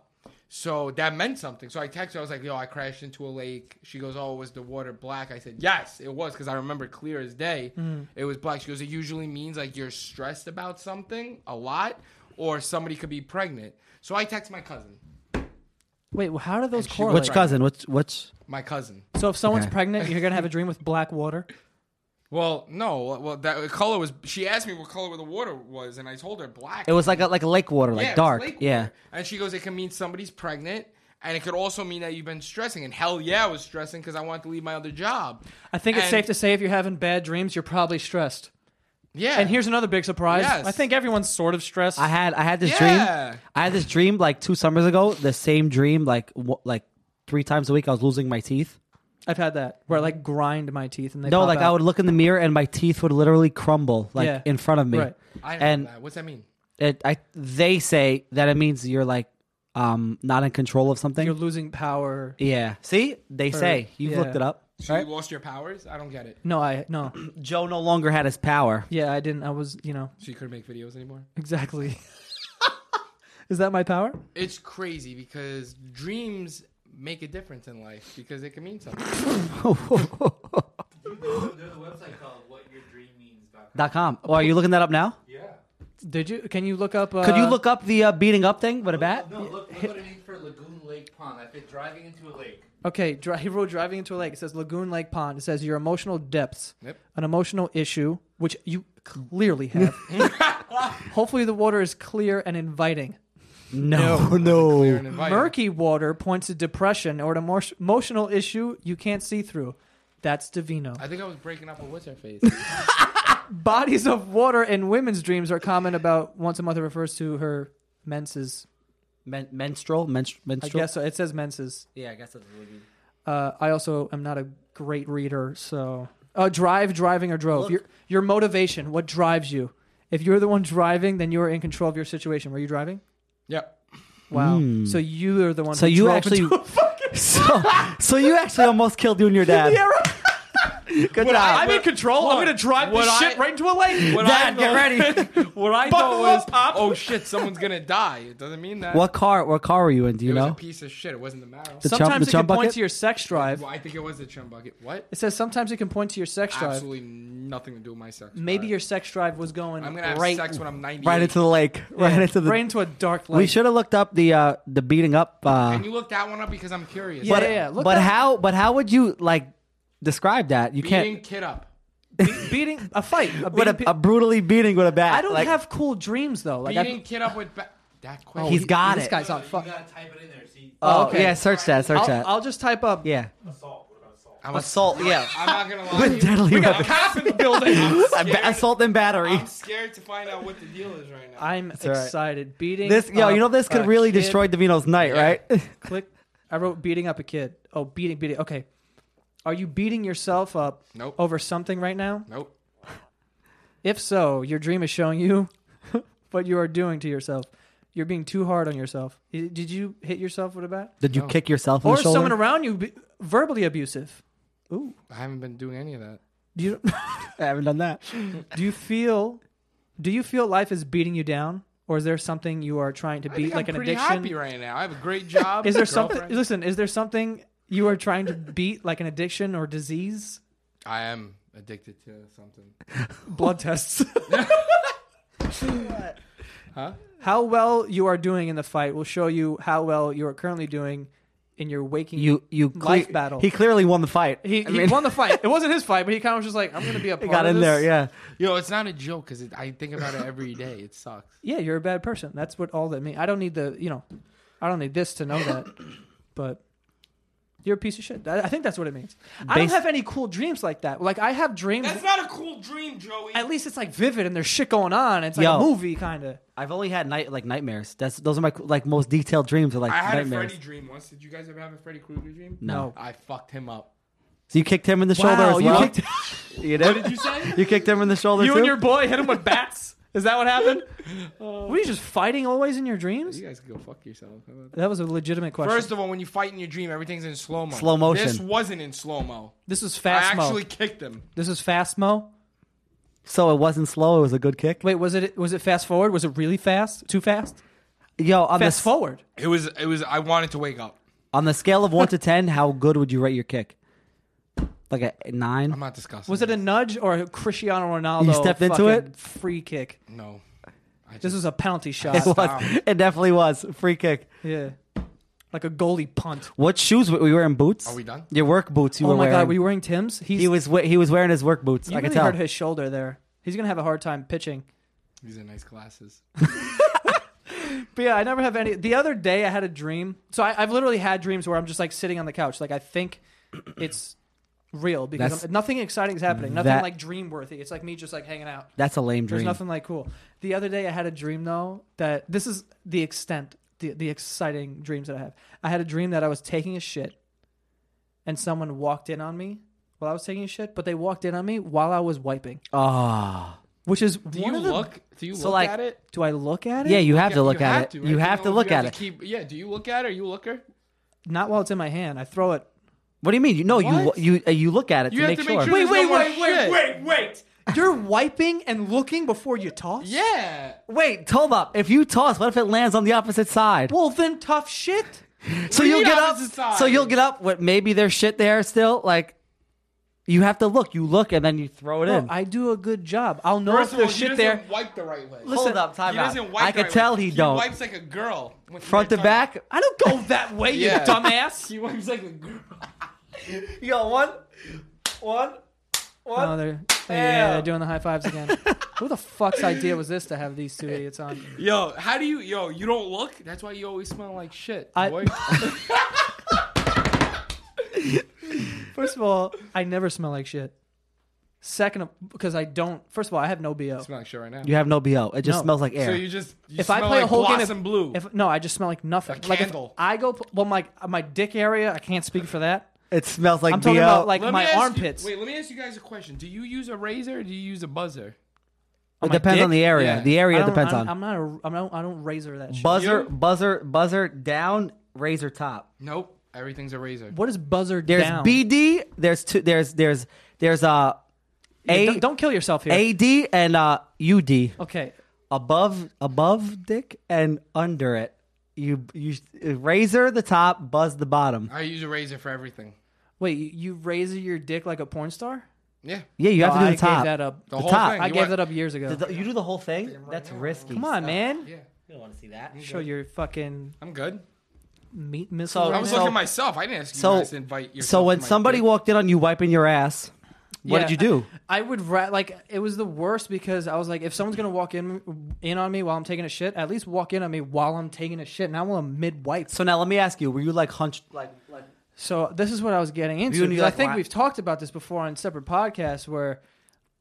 Speaker 3: So that meant something. So I texted her. I was like, "Yo, I crashed into a lake." She goes, "Oh, was the water black?" I said, "Yes, it was," because I remember clear as day. It was black. She goes, "It usually means like you're stressed about something a lot, or somebody could be pregnant." So I text my cousin.
Speaker 1: Wait, well, how do those
Speaker 3: she
Speaker 1: correlate?
Speaker 2: which cousin? Which which?
Speaker 3: My cousin.
Speaker 1: So if someone's
Speaker 2: Okay.
Speaker 1: pregnant, you're gonna have a dream with black water.
Speaker 3: Well, no. Well, that color was. She asked me what color the water was, and I told her black.
Speaker 2: It was like a, like lake water, like
Speaker 3: Yeah, it was
Speaker 2: dark.
Speaker 3: lake water.
Speaker 2: yeah.
Speaker 3: And she goes, it can mean somebody's pregnant, and it could also mean that you've been stressing. And hell yeah, I was stressing because I wanted to leave my other job.
Speaker 1: I think it's
Speaker 3: And-
Speaker 1: safe to say if you're having bad dreams, you're probably stressed.
Speaker 3: Yeah.
Speaker 1: And here's another big surprise.
Speaker 3: Yes.
Speaker 1: I think everyone's sort of stressed.
Speaker 2: I had I had this
Speaker 3: Yeah.
Speaker 2: dream. I had this dream like two summers ago. The same dream, like w- like three times a week. I was losing my teeth.
Speaker 1: I've had that where I like grind my teeth and they
Speaker 2: No,
Speaker 1: pop
Speaker 2: like I
Speaker 1: out.
Speaker 2: would look in the mirror and my teeth would literally crumble, like
Speaker 1: Yeah.
Speaker 2: in front of me.
Speaker 1: Right.
Speaker 3: I know
Speaker 2: and
Speaker 3: that. What's that mean?
Speaker 2: it, I they say that it means you're like um not in control of something.
Speaker 1: you're losing power.
Speaker 2: yeah. See, they say you've
Speaker 1: yeah.
Speaker 2: looked it up.
Speaker 3: So
Speaker 2: Right?
Speaker 3: you lost your powers? I don't get it.
Speaker 1: No, I no. <clears throat>
Speaker 2: Joe no longer had his power.
Speaker 1: Yeah, I didn't. I was, you know,
Speaker 3: So you couldn't make videos anymore?
Speaker 1: exactly. <laughs> Is that my power?
Speaker 3: It's crazy because dreams make a difference in life because it can mean something.
Speaker 4: There's a website called whatyourdreammeans.com.
Speaker 2: Dot com. Oh, are you looking that up now?
Speaker 4: Yeah.
Speaker 1: Did you? Can you look up? Uh,
Speaker 2: Could you look up the uh, beating up thing with a bat?
Speaker 4: No, look, look what it means for Lagoon Lake Pond. I fit driving into a lake.
Speaker 1: Okay, dri- he wrote driving into a lake. It says lagoon lake pond. It says your emotional depths,
Speaker 3: Yep.
Speaker 1: an emotional issue which you clearly <laughs> have. Hopefully, the water is clear and inviting.
Speaker 2: No,
Speaker 3: Clear
Speaker 2: no.
Speaker 3: and inviting.
Speaker 1: Murky water points to depression or an emo- emotional issue you can't see through. That's Divino.
Speaker 3: I think I was breaking up with what's
Speaker 2: <laughs>
Speaker 3: her face.
Speaker 1: Bodies of water in women's dreams are common about once a month. It refers to her menses.
Speaker 2: Men- menstrual, Menstru-
Speaker 1: I
Speaker 2: menstrual.
Speaker 1: guess so. it says menses.
Speaker 2: Yeah, I guess that's what it
Speaker 1: Uh, I also am not a great reader, so uh, drive, driving, or drove. Your your motivation, what drives you? If you're the one driving, then you are in control of your situation. Were you driving?
Speaker 3: yep.
Speaker 1: Wow. So you are the one.
Speaker 2: Hmm. So
Speaker 1: who
Speaker 2: you
Speaker 1: drove
Speaker 2: actually,
Speaker 1: into-
Speaker 2: so, so you actually almost killed you and your dad.
Speaker 1: Yeah, right.
Speaker 2: <laughs> Good
Speaker 3: What I-
Speaker 2: job.
Speaker 1: I'm in control. I'm
Speaker 3: Look,
Speaker 1: gonna drive this
Speaker 3: what I-
Speaker 1: shit right into a
Speaker 2: <laughs>
Speaker 1: lake.
Speaker 3: What
Speaker 2: Dad, get
Speaker 3: thought-
Speaker 2: <laughs> ready.
Speaker 3: What I thought
Speaker 1: Buckle
Speaker 3: was,
Speaker 1: up, Pop.
Speaker 3: oh shit, someone's gonna die. It doesn't mean
Speaker 2: <laughs>
Speaker 3: that.
Speaker 2: what car? What car were you in? Do you
Speaker 3: It was a
Speaker 2: know?
Speaker 3: piece of shit. It wasn't the marrow.
Speaker 2: The- chump-
Speaker 1: Sometimes it can
Speaker 2: chump
Speaker 1: point
Speaker 2: bucket?
Speaker 1: to your sex drive.
Speaker 3: well, I think it was the chum bucket. What?
Speaker 1: It says sometimes it can point to your sex drive.
Speaker 3: Absolutely nothing to do with my sex.
Speaker 1: Maybe
Speaker 3: drive.
Speaker 1: your sex drive was going
Speaker 3: I'm gonna have
Speaker 1: right,
Speaker 3: sex when I'm 90.
Speaker 2: Right into the lake. Right into the.
Speaker 1: right into a dark lake.
Speaker 2: we should have looked up the uh, the beating up. Uh,
Speaker 3: Can you look that one up because I'm curious?
Speaker 1: Yeah,
Speaker 2: but
Speaker 1: yeah, yeah. Look
Speaker 2: but
Speaker 1: up-
Speaker 2: how? But how would you like describe that? You
Speaker 3: beating
Speaker 2: can't.
Speaker 3: kid up.
Speaker 1: Be- beating a fight. A
Speaker 2: But
Speaker 1: beating,
Speaker 2: a, a brutally beating with a bat.
Speaker 1: I don't
Speaker 2: like, oh,
Speaker 1: have cool dreams though. Like I,
Speaker 3: Beating kid up with ba- that quick.
Speaker 2: He's got
Speaker 1: this
Speaker 2: it.
Speaker 1: guy's on
Speaker 4: you
Speaker 1: fuck.
Speaker 4: gotta type it in there. See,
Speaker 2: Oh,
Speaker 1: okay.
Speaker 2: yeah. Search that. Search that.
Speaker 1: I'll, I'll just type up.
Speaker 2: yeah.
Speaker 3: I'm,
Speaker 2: Assault. Yeah.
Speaker 3: I'm not gonna <laughs> lie. to
Speaker 2: With
Speaker 3: you.
Speaker 2: deadly
Speaker 3: We got
Speaker 2: weapon.
Speaker 3: cops in the building. <laughs> I'm scared.
Speaker 2: Assault and battery.
Speaker 3: I'm scared to find out what the deal is right now.
Speaker 1: I'm
Speaker 2: all right.
Speaker 1: excited. Beating
Speaker 2: This yo,
Speaker 1: up
Speaker 2: you know this could
Speaker 1: a
Speaker 2: really
Speaker 1: kid.
Speaker 2: destroy Davino's night,
Speaker 3: Yeah.
Speaker 1: <laughs>
Speaker 2: right? <laughs>
Speaker 1: Click. I wrote beating up a kid. Oh, beating, beating. Okay. Are you beating yourself up
Speaker 3: Nope.
Speaker 1: over something right now?
Speaker 3: nope.
Speaker 1: If so, your dream is showing you <laughs> what you are doing to yourself. You're being too hard on yourself. Y- Did you hit yourself with a bat?
Speaker 2: Did you kick yourself in
Speaker 1: Or
Speaker 2: the
Speaker 1: is
Speaker 2: shoulder?
Speaker 1: someone around you be- verbally abusive?
Speaker 3: I haven't been doing any of that.
Speaker 1: Do you <laughs>
Speaker 2: I haven't done that.
Speaker 1: do you feel do you feel life is beating you down, or is there something you are trying to
Speaker 3: I
Speaker 1: beat,
Speaker 3: think
Speaker 1: like
Speaker 3: I'm
Speaker 1: an
Speaker 3: pretty
Speaker 1: addiction?
Speaker 3: happy right now. I have a great job.
Speaker 1: Is there something?
Speaker 3: girlfriend.
Speaker 1: Listen, is there something you are trying to beat, like an addiction or disease?
Speaker 3: I am addicted to something.
Speaker 1: Blood tests. <laughs>
Speaker 3: Huh?
Speaker 1: How well you are doing in the fight will show you how well you are currently doing in your waking.
Speaker 2: You you
Speaker 1: Life
Speaker 2: cle-
Speaker 1: battle.
Speaker 2: He clearly won the fight.
Speaker 1: he,
Speaker 2: I
Speaker 1: he
Speaker 2: mean,
Speaker 1: won the fight. It wasn't his fight, but he kind of was just like, "I'm going to be a
Speaker 2: <laughs> he
Speaker 1: part
Speaker 2: got
Speaker 1: of
Speaker 2: in
Speaker 1: this."
Speaker 2: there. Yeah.
Speaker 3: You know, it's not a joke because I think about it every day. It sucks.
Speaker 1: yeah, you're a bad person. That's what all that means. I don't need the, you know, I don't need this to know
Speaker 2: <coughs>
Speaker 1: that, but you're a piece of shit. I, I think that's what it means. I don't
Speaker 2: Bas-
Speaker 1: have any cool dreams like that. Like I have dreams.
Speaker 3: not a cool dream, Joey.
Speaker 1: at least it's like vivid and there's shit going on. It's like
Speaker 2: Yo.
Speaker 1: a movie kind of.
Speaker 2: I've only had night like nightmares. That's those are my like most detailed dreams are like
Speaker 3: I had a
Speaker 2: nightmares.
Speaker 3: Freddy dream once. Did you guys ever have a Freddy Krueger dream?
Speaker 1: No.
Speaker 3: I fucked him up.
Speaker 2: So you kicked him in the
Speaker 1: Wow,
Speaker 2: shoulder as
Speaker 1: you <laughs>
Speaker 2: well.
Speaker 1: kicked-
Speaker 2: You did?
Speaker 3: What did you say?
Speaker 2: <laughs> You kicked him in the shoulder too.
Speaker 1: boy hit him with bats. Is that what <laughs> happened? Uh, Were you just fighting always in your dreams?
Speaker 3: You guys can go fuck yourself. How about that?
Speaker 1: That was a legitimate question.
Speaker 3: First of all, when you fight in your dream, everything's in slow mo.
Speaker 2: Slow motion.
Speaker 3: This wasn't in slow mo.
Speaker 1: this is
Speaker 3: I
Speaker 1: fast mo.
Speaker 3: actually kicked him.
Speaker 1: This is fast mo.
Speaker 2: so it wasn't slow. It was a good kick.
Speaker 1: Wait, was it was it fast forward? Was it really fast? Too fast?
Speaker 2: Yo, on the
Speaker 1: Fast
Speaker 2: s-
Speaker 1: forward.
Speaker 3: It was. It was. I wanted to wake up.
Speaker 2: on the scale of one to ten, how good would you rate your kick? Like a nine.
Speaker 3: I'm not discussing.
Speaker 1: Was it a
Speaker 3: this.
Speaker 1: nudge or a Cristiano Ronaldo?
Speaker 2: You stepped into
Speaker 1: fucking
Speaker 2: it?
Speaker 1: Free kick.
Speaker 3: No. I
Speaker 1: This
Speaker 3: just,
Speaker 1: was a penalty
Speaker 2: it
Speaker 1: shot.
Speaker 2: was. It definitely was free kick.
Speaker 1: yeah, like a goalie punt.
Speaker 2: What shoes were we wearing? Boots.
Speaker 3: Are we done?
Speaker 2: Your work boots. You
Speaker 1: oh
Speaker 2: were
Speaker 1: my
Speaker 2: wearing.
Speaker 1: god, were you wearing Tim's? He's,
Speaker 2: he was we- he was wearing his work boots.
Speaker 1: You
Speaker 2: I could
Speaker 1: really
Speaker 2: tell.
Speaker 1: hurt his shoulder there. He's gonna have a hard time pitching.
Speaker 3: These are nice glasses.
Speaker 1: But yeah, I never have any. The other day, I had a dream. So I, I've literally had dreams where I'm just like sitting on the couch, like I think <clears throat> it's real because
Speaker 2: That's-
Speaker 1: I'm- nothing exciting is happening. Nothing
Speaker 2: that-
Speaker 1: like dream worthy. It's like me just like hanging out.
Speaker 2: That's a lame
Speaker 1: There's
Speaker 2: dream.
Speaker 1: nothing like cool. The other day, I had a dream though that this is the extent, the the exciting dreams that I have. I had a dream that I was taking a shit, and someone walked in on me while I was taking a shit, but they walked in on me while I was wiping,
Speaker 2: Ah.
Speaker 1: which is
Speaker 3: Do
Speaker 1: one
Speaker 3: you
Speaker 1: of the-
Speaker 3: look? Do you
Speaker 2: So,
Speaker 3: look
Speaker 2: like-
Speaker 3: at it?
Speaker 1: Do I look at it?
Speaker 2: Yeah, you have
Speaker 3: Yeah,
Speaker 2: to look at
Speaker 3: have
Speaker 2: it.
Speaker 3: to, right?
Speaker 2: you have
Speaker 3: know,
Speaker 2: to look
Speaker 3: you
Speaker 2: at
Speaker 3: have
Speaker 2: it.
Speaker 3: to keep- yeah. Do you look at it? Are you a looker?
Speaker 1: Not while it's in my hand. I throw it.
Speaker 2: What do you mean? You- No,
Speaker 3: What?
Speaker 2: you you uh, you look at it
Speaker 3: You
Speaker 2: to,
Speaker 3: have
Speaker 2: make
Speaker 3: to make
Speaker 2: sure.
Speaker 3: sure- Wait, wait, wait, wait,
Speaker 1: wait, wait. <laughs> You're wiping and looking before you toss?
Speaker 3: Yeah.
Speaker 2: Wait, hold up. If you toss, what if it lands on the opposite side?
Speaker 1: Well, then tough shit.
Speaker 2: so
Speaker 3: do you
Speaker 2: you'll
Speaker 3: mean
Speaker 2: get up.
Speaker 3: opposite side?
Speaker 2: So you'll get up. What? Maybe there's shit there still. Like, you have to look. You look and then you throw it
Speaker 1: Bro,
Speaker 2: in.
Speaker 1: I do a good job. I'll know if
Speaker 3: First of all,
Speaker 1: there's
Speaker 3: he
Speaker 1: shit
Speaker 3: doesn't
Speaker 1: there.
Speaker 3: wipe the right way.
Speaker 2: hold up, time
Speaker 3: he
Speaker 2: out.
Speaker 3: doesn't wipe
Speaker 2: I
Speaker 3: the
Speaker 2: could
Speaker 3: right
Speaker 2: tell
Speaker 3: way.
Speaker 2: he don't.
Speaker 3: wipes like a girl. with
Speaker 2: Front
Speaker 3: the
Speaker 2: to
Speaker 3: right tongue.
Speaker 2: back.
Speaker 1: I don't go that way,
Speaker 3: <laughs>
Speaker 1: you
Speaker 3: Yeah.
Speaker 1: dumbass.
Speaker 3: He wipes like a girl.
Speaker 2: You got one, one.
Speaker 1: Oh, they're, yeah, they're doing the high fives <laughs> again. Who the fuck's idea was this to have these two idiots on?
Speaker 3: Yo, how do you? Yo, you don't look. That's why you always smell like shit.
Speaker 1: I-
Speaker 3: boy.
Speaker 1: First of all, I never smell like shit. Second, of- because I don't. First of all, I have no bo.
Speaker 3: smell like shit right now.
Speaker 2: You have no bo. It just
Speaker 1: No.
Speaker 2: smells like air.
Speaker 3: So you just you
Speaker 1: if I
Speaker 3: smell
Speaker 1: play
Speaker 3: like
Speaker 1: a whole game
Speaker 3: Blossom
Speaker 1: of
Speaker 3: blue.
Speaker 1: if no, I just smell like nothing.
Speaker 3: A
Speaker 1: like if
Speaker 3: candle.
Speaker 1: I go well, my my dick area. I can't speak for that.
Speaker 2: it smells like
Speaker 1: I'm
Speaker 2: bo.
Speaker 1: talking about like
Speaker 3: Let me
Speaker 1: my
Speaker 3: ask you-
Speaker 1: armpits.
Speaker 3: wait, let me ask you guys a question. Do you use a razor or do you use a buzzer?
Speaker 2: it depends
Speaker 1: dick?
Speaker 2: on the area.
Speaker 3: Yeah.
Speaker 2: The
Speaker 1: I
Speaker 2: area
Speaker 1: don't-
Speaker 2: depends
Speaker 1: I
Speaker 2: on
Speaker 1: don't- I'm not. A, I'm not. I don't razor that shit.
Speaker 2: buzzer,
Speaker 3: You?
Speaker 2: buzzer, buzzer down, razor top.
Speaker 3: Nope. Everything's a razor.
Speaker 1: What is buzzer
Speaker 2: There's
Speaker 1: down?
Speaker 2: BD. There's two. There's there's there's uh,
Speaker 1: Yeah,
Speaker 2: a
Speaker 1: don't, don't kill yourself here.
Speaker 2: AD and uh UD.
Speaker 1: okay.
Speaker 2: Above above dick and under it. You you razor the top, buzz the bottom.
Speaker 3: I use a razor for everything.
Speaker 1: Wait, you, you razor your dick like a porn star?
Speaker 3: Yeah.
Speaker 2: Yeah, you have
Speaker 1: Oh,
Speaker 2: to do
Speaker 1: I
Speaker 2: the top.
Speaker 1: gave that up.
Speaker 3: The
Speaker 2: The
Speaker 3: whole
Speaker 2: top.
Speaker 3: thing.
Speaker 1: I
Speaker 3: You
Speaker 1: gave
Speaker 3: want-
Speaker 1: that up years ago.
Speaker 2: The- you do the whole thing? That's risky.
Speaker 1: Come on, man.
Speaker 2: You
Speaker 3: Yeah.
Speaker 2: don't want to see that.
Speaker 1: Show your fucking
Speaker 3: I'm good.
Speaker 1: meat missile.
Speaker 2: So-
Speaker 1: right
Speaker 3: I was
Speaker 1: now.
Speaker 3: looking at myself. I didn't ask you
Speaker 2: So-
Speaker 3: guys to invite yourself.
Speaker 2: So when
Speaker 3: to my
Speaker 2: somebody
Speaker 3: dick.
Speaker 2: walked in on you wiping your ass, what
Speaker 1: Yeah.
Speaker 2: did you do?
Speaker 1: <laughs> I would ra- like it was the worst because I was like, if someone's gonna walk in in on me while I'm taking a shit, at least walk in on me while I'm taking a shit, and I want a mid wipe.
Speaker 2: So now let me ask you: Were you like hunched? Like, like
Speaker 1: So this is what I was getting into.
Speaker 2: would be
Speaker 1: because
Speaker 2: like,
Speaker 1: I think
Speaker 2: "Why-"
Speaker 1: we've talked about this before on separate podcasts where,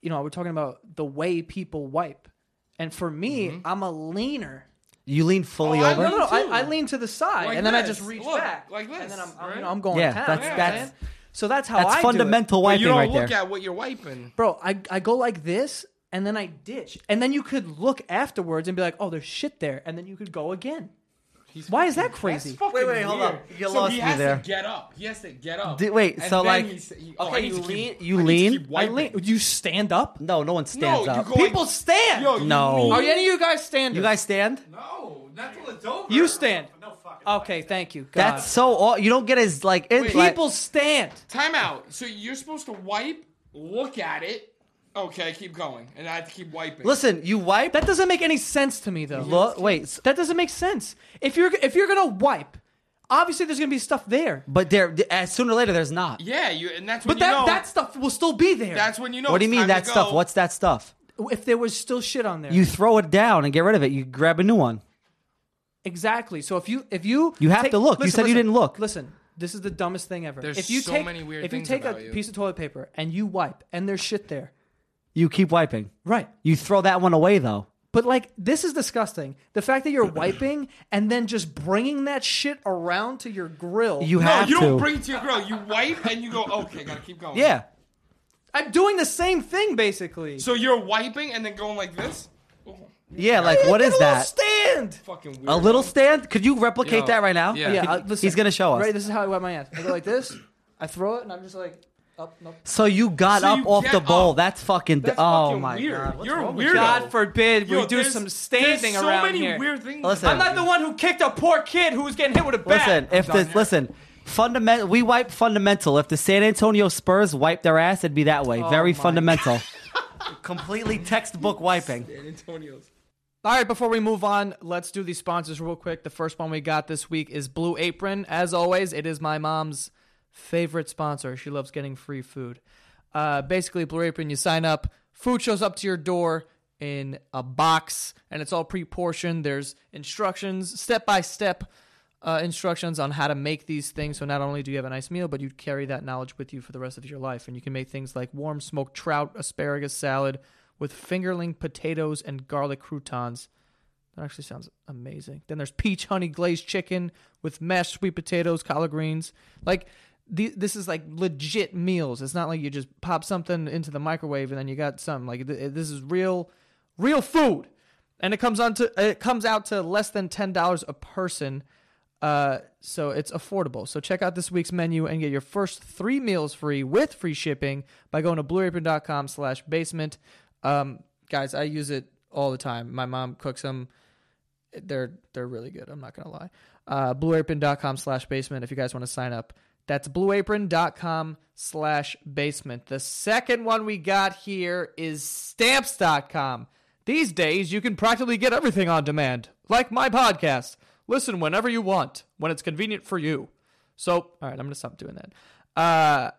Speaker 1: you know, we're talking about the way people wipe, and for me, I'm a leaner.
Speaker 2: you lean fully
Speaker 3: Oh, I
Speaker 2: over?
Speaker 1: No, no, no,
Speaker 3: Mm-hmm. too.
Speaker 1: I, I lean to the side,
Speaker 3: Like
Speaker 1: and then I
Speaker 3: this.
Speaker 1: just reach
Speaker 3: Look,
Speaker 1: back,
Speaker 3: like this,
Speaker 1: and then I'm, I'm, you
Speaker 3: right?
Speaker 1: know, I'm going.
Speaker 2: Yeah,
Speaker 1: down,
Speaker 2: that's-
Speaker 1: you know what I'm
Speaker 2: that's-
Speaker 1: saying? so that's how
Speaker 2: That's
Speaker 1: I do it.
Speaker 2: fundamental
Speaker 3: But
Speaker 2: wiping
Speaker 3: you don't
Speaker 2: right
Speaker 3: look
Speaker 2: there.
Speaker 3: at what you're wiping.
Speaker 1: bro I, I go like this and then i ditch and then you could look afterwards and be like oh there's shit there and then you could go again
Speaker 3: He's
Speaker 1: why is
Speaker 3: fucking-
Speaker 1: that crazy?
Speaker 3: that's fucking
Speaker 2: Wait, wait, hold
Speaker 3: weird.
Speaker 2: up. You
Speaker 3: so
Speaker 2: lost
Speaker 3: he
Speaker 2: me
Speaker 3: has
Speaker 2: there.
Speaker 3: To get up. He has to get up.
Speaker 2: Did- wait,
Speaker 3: And
Speaker 2: so,
Speaker 3: then
Speaker 2: like-
Speaker 3: he's- he- oh,
Speaker 2: okay,
Speaker 3: I need
Speaker 2: you
Speaker 3: to keep-
Speaker 2: lean- you
Speaker 3: I need to
Speaker 2: lean?
Speaker 3: keep
Speaker 1: I
Speaker 3: wiping.
Speaker 1: lean, you stand up
Speaker 2: no, no one stands
Speaker 3: you
Speaker 2: up.
Speaker 3: go-
Speaker 1: people
Speaker 3: like-
Speaker 1: stand
Speaker 3: Yo, Oh, you
Speaker 2: No.
Speaker 3: lean-
Speaker 1: are any of you guys standing
Speaker 2: you guys stand?
Speaker 4: No, not till it's over.
Speaker 1: You stand. Oh,
Speaker 4: No fucking.
Speaker 1: okay thank you God.
Speaker 2: That's so. Aw- you don't get as like in
Speaker 3: Wait.
Speaker 2: like-
Speaker 1: people stand
Speaker 3: Time out. So you're supposed to wipe, look at it. Okay, keep going. And I have to keep wiping.
Speaker 2: Listen, you wipe.
Speaker 1: that doesn't make any sense to me though
Speaker 2: look, wait, s-
Speaker 1: that doesn't make sense if you're if you're gonna wipe obviously there's gonna be stuff there
Speaker 2: but there, as sooner or later, there's not.
Speaker 3: Yeah, you and that's when
Speaker 1: but
Speaker 3: you
Speaker 1: that,
Speaker 3: know
Speaker 1: that stuff will still be there
Speaker 3: that's when you know.
Speaker 2: What do you
Speaker 3: it's
Speaker 2: mean
Speaker 3: time to
Speaker 2: that stuff?
Speaker 3: go.
Speaker 2: What's that stuff?
Speaker 1: if there was still shit on there
Speaker 2: You throw it down and get rid of it. You grab a new one.
Speaker 1: Exactly. So if you if you
Speaker 2: You have to look. You said you didn't look.
Speaker 1: Listen, this is the dumbest thing ever.
Speaker 3: There's
Speaker 1: if you
Speaker 3: so
Speaker 1: take,
Speaker 3: many weird
Speaker 1: if you
Speaker 3: things
Speaker 1: take a
Speaker 3: about you.
Speaker 1: piece of toilet paper and you wipe and there's shit there,
Speaker 2: You keep wiping.
Speaker 1: right?
Speaker 2: You throw that one away though.
Speaker 1: But like this is disgusting. The fact that
Speaker 3: <clears throat>
Speaker 1: you're wiping and then just bringing that shit around to your grill.
Speaker 2: You
Speaker 3: No,
Speaker 2: have
Speaker 3: you
Speaker 2: to.
Speaker 3: don't bring it to your girl. You wipe and you go. Okay, gotta keep going.
Speaker 2: yeah.
Speaker 1: I'm doing the same thing basically.
Speaker 3: So you're wiping and then going like this. Oh,
Speaker 2: Yeah, like
Speaker 1: Yeah,
Speaker 2: what
Speaker 1: get
Speaker 2: is
Speaker 1: a little
Speaker 2: that?
Speaker 1: Stand.
Speaker 3: fucking weird.
Speaker 2: a little stand? Could you replicate
Speaker 3: Yo,
Speaker 2: that right now? uh,
Speaker 3: yeah.
Speaker 1: Yeah,
Speaker 3: Could-
Speaker 1: I- listen,
Speaker 2: he's gonna show us.
Speaker 1: Right, this is how I wipe my ass. I go like this. I throw it and I'm just like, oh, up, nope.
Speaker 2: So you got
Speaker 3: So
Speaker 2: up
Speaker 3: you
Speaker 2: off
Speaker 3: get
Speaker 2: the bowl.
Speaker 3: up.
Speaker 2: That's fucking.
Speaker 3: That's
Speaker 2: oh
Speaker 3: fucking
Speaker 2: my
Speaker 3: weird.
Speaker 2: god.
Speaker 3: you're a weirdo.
Speaker 1: Oh God forbid we
Speaker 3: Yo,
Speaker 1: do
Speaker 3: there's-
Speaker 1: some standing
Speaker 3: there's so
Speaker 1: around
Speaker 3: many
Speaker 1: here.
Speaker 3: weird things.
Speaker 2: Listen.
Speaker 1: I'm not the one who kicked a poor kid who was getting hit with a bat.
Speaker 2: Listen, if
Speaker 3: done
Speaker 2: this
Speaker 3: here.
Speaker 2: listen, fundamental. We wipe fundamental. If the San Antonio Spurs wiped their ass, it'd be that
Speaker 3: Oh
Speaker 2: way. Very
Speaker 1: my
Speaker 2: fundamental.
Speaker 3: <laughs>
Speaker 2: Completely textbook wiping.
Speaker 3: San Antonio's.
Speaker 1: All right, before we move on, let's do these sponsors real quick. The first one we got this week is Blue Apron. As always, it is my mom's favorite sponsor. She loves getting free food. Uh, basically, Blue Apron, you sign up, food shows up to your door in a box, and it's all pre portioned. There's instructions, step by step uh, instructions on how to make these things. So not only do you have a nice meal, but you carry that knowledge with you for the rest of your life. And you can make things like warm smoked trout, asparagus salad with fingerling potatoes and garlic croutons. That actually sounds amazing. Then there's peach honey glazed chicken with mashed sweet potatoes, collard greens. Like the, this is like legit meals. It's not like you just pop something into the microwave and then you got something. Like th- this is real, real food, and it comes on to it comes out to less than ten dollars a person. Uh, so it's affordable. So check out this week's menu and get your first three meals free with free shipping by going to blueapron.com slash basement. Um, guys, I use it all the time. My mom cooks them. They're, they're really good. I'm not going to lie. Uh, blueapron.com slash basement. If you guys want to sign up, that's blueapron.com slash basement. The second one we got here is stamps.com. These days, you can practically get everything on demand, like my podcast. Listen whenever you want, when it's convenient for you. So, all right, I'm going to stop doing that. Uh,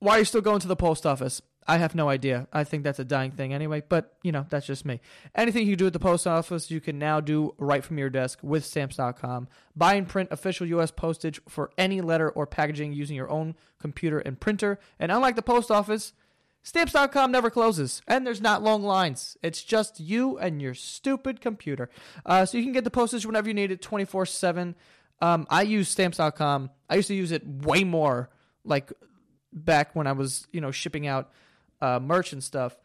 Speaker 1: why are you still going to the post office? I have no idea. I think that's a dying thing anyway, but you know, that's just me. Anything you do at the post office, you can now do right from your desk with stamps.com. Buy and print official US postage for any letter or packaging using your own computer and printer. And unlike the post office, Stamps.com never closes, and there's not long lines. It's just you and your stupid computer. Uh, so you can get the postage whenever you need it 24 7. Um, I use Stamps.com. I used to use it way more, like back when I was, you know, shipping out uh, merch and stuff.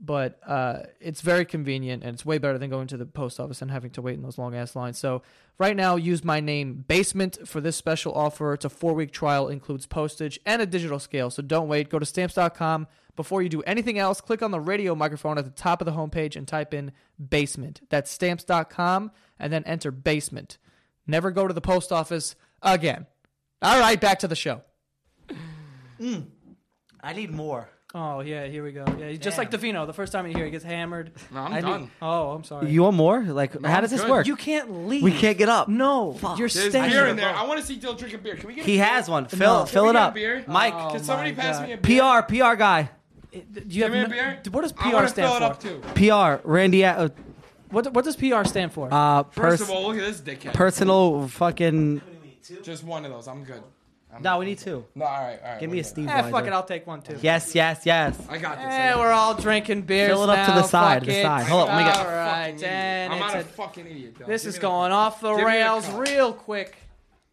Speaker 1: but uh, it's very convenient and it's way better than going to the post office and having to wait in those long ass lines. So right now, use my name Basement for this special offer. It's a four week trial, includes postage and a digital scale. So don't wait. Go to stamps.com before you do anything else. Click on the radio microphone at the top of the homepage and type in Basement. That's stamps.com, and then enter Basement. Never go to the post office again. All right, back to the show.
Speaker 2: I need more.
Speaker 1: Oh yeah, here we go. Yeah, just like Defino, the first time you hear, he gets hammered.
Speaker 3: No, I'm
Speaker 2: I do-
Speaker 3: done.
Speaker 1: Oh, I'm sorry.
Speaker 2: You want more? Like, how
Speaker 3: I'm
Speaker 2: does this
Speaker 3: good.
Speaker 2: work?
Speaker 1: You can't leave.
Speaker 2: we can't get up.
Speaker 1: No, you're
Speaker 3: There's
Speaker 1: staying.
Speaker 3: beer in there. I want to see Dill drink a beer. Can we get? a
Speaker 2: He
Speaker 3: beer?
Speaker 2: has one. Fill,
Speaker 1: No.
Speaker 2: fill it
Speaker 3: Can we get a
Speaker 2: up.
Speaker 3: beer?
Speaker 2: Mike,
Speaker 1: Oh,
Speaker 3: Can somebody
Speaker 1: my
Speaker 3: pass
Speaker 1: God.
Speaker 3: me a beer?
Speaker 2: PR, PR guy,
Speaker 1: Do you
Speaker 3: Give me a
Speaker 1: have
Speaker 3: beer.
Speaker 1: no, what does
Speaker 3: I
Speaker 1: PR
Speaker 3: wanna
Speaker 1: stand
Speaker 3: fill
Speaker 1: for?
Speaker 3: it up too.
Speaker 2: PR, Randy. Uh,
Speaker 1: What what does PR stand for?
Speaker 2: uh,
Speaker 3: First
Speaker 2: pers-
Speaker 3: of all, look at this dickhead.
Speaker 2: personal fucking.
Speaker 3: Just one of those. I'm good. I'm
Speaker 2: No, we need two.
Speaker 3: No, all right, all right.
Speaker 2: Give
Speaker 3: we're
Speaker 2: me a
Speaker 3: good.
Speaker 2: Steve.
Speaker 1: eh, fuck
Speaker 2: Wonder.
Speaker 1: it, I'll take one too.
Speaker 2: Yes, yes, yes.
Speaker 3: I got this. I
Speaker 1: Eh,
Speaker 3: got
Speaker 1: we're all drinking beers.
Speaker 2: Fill it up to the
Speaker 1: now,
Speaker 2: side,
Speaker 1: fuck
Speaker 2: the
Speaker 1: it.
Speaker 2: side. Hold up, let me get-
Speaker 3: I'm
Speaker 1: All
Speaker 3: a fucking
Speaker 1: right,
Speaker 3: idiot.
Speaker 1: and
Speaker 3: I'm
Speaker 1: it's
Speaker 3: not a
Speaker 1: a-
Speaker 3: fucking idiot. Dog.
Speaker 1: this
Speaker 3: Give
Speaker 1: is
Speaker 3: me
Speaker 1: going off the
Speaker 3: Give me a
Speaker 1: rails
Speaker 3: cup.
Speaker 1: real quick.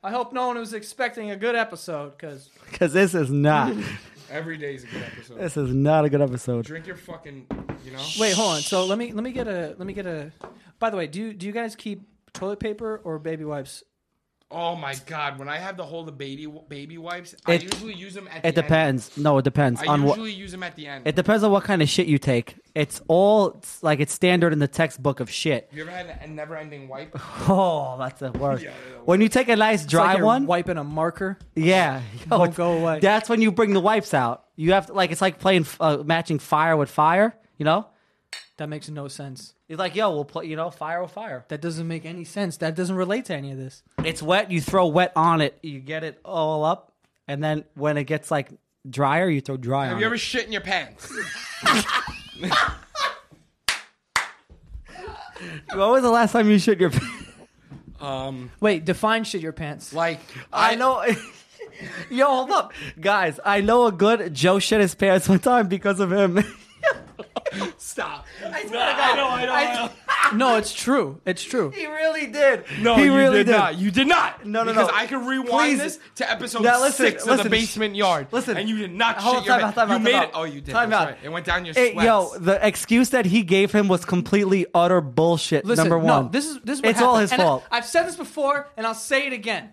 Speaker 1: I hope no one was expecting a good episode because
Speaker 2: Because this is
Speaker 3: <laughs>
Speaker 2: not.
Speaker 3: the- Every day is a good episode.
Speaker 2: this is not a good episode.
Speaker 3: Drink your fucking. You know.
Speaker 1: wait, hold on. So let me let me get a let me get a. By the way, do you, do you guys keep toilet paper or baby wipes?
Speaker 3: Oh my god! When I have to hold the baby baby wipes, I
Speaker 2: It-
Speaker 3: usually use them at.
Speaker 2: It
Speaker 3: the end.
Speaker 2: depends. No, it depends
Speaker 3: I
Speaker 2: on what.
Speaker 3: usually use them at the end.
Speaker 2: It depends on what kind of shit you take. It's all it's like it's standard in the textbook of shit. <laughs>
Speaker 3: you ever had a never-ending wipe?
Speaker 2: Oh, that's the worst.
Speaker 3: Yeah, yeah,
Speaker 2: when you take a nice
Speaker 1: It's
Speaker 2: dry
Speaker 1: like you're
Speaker 2: one,
Speaker 1: wiping a marker.
Speaker 2: yeah, yo,
Speaker 1: Won't <laughs> go away.
Speaker 2: That's when you bring the wipes out. You have to like it's like playing uh, matching fire with fire. You know,
Speaker 1: That makes no sense.
Speaker 2: you're like, yo, we'll play. You know, fire with fire.
Speaker 1: That doesn't make any sense. That doesn't relate to any of this.
Speaker 2: It's wet. You throw wet on it. You get it all up, and then when it gets like drier, you throw dry
Speaker 3: Have
Speaker 2: on
Speaker 3: you ever
Speaker 2: it.
Speaker 3: shit in your pants?
Speaker 2: When was the last time you shit your? <laughs>
Speaker 3: um,
Speaker 1: Wait, define shit your pants.
Speaker 3: like
Speaker 2: I know. <laughs> Yo, hold up, guys. I know a good Joe shit his pants one time because of him. <laughs>
Speaker 3: Stop.
Speaker 2: I know, I know, I know.
Speaker 1: <laughs> No, it's true. It's true.
Speaker 2: He really did.
Speaker 3: No,
Speaker 2: he
Speaker 3: you
Speaker 2: really
Speaker 3: did, not. You did not.
Speaker 2: No, no,
Speaker 3: because
Speaker 2: no.
Speaker 3: I could rewind
Speaker 2: Please.
Speaker 3: this to episode
Speaker 2: Now, listen,
Speaker 3: six of
Speaker 2: listen.
Speaker 3: the basement yard.
Speaker 2: Listen.
Speaker 3: and you did not
Speaker 2: Hold
Speaker 3: shit
Speaker 2: on, time
Speaker 3: your
Speaker 2: out, time
Speaker 3: You
Speaker 2: out,
Speaker 3: made
Speaker 2: time
Speaker 3: it.
Speaker 2: out.
Speaker 3: Oh, you did.
Speaker 2: Time
Speaker 3: That's
Speaker 2: out.
Speaker 3: right. It went down your
Speaker 2: Hey,
Speaker 3: sweats.
Speaker 2: yo, the excuse that he gave him was completely utter bullshit.
Speaker 1: Listen,
Speaker 2: number one,
Speaker 1: no, this is this is what
Speaker 2: It's all
Speaker 1: happened.
Speaker 2: his
Speaker 1: And
Speaker 2: fault.
Speaker 1: I, have said this before, and I'll say it again.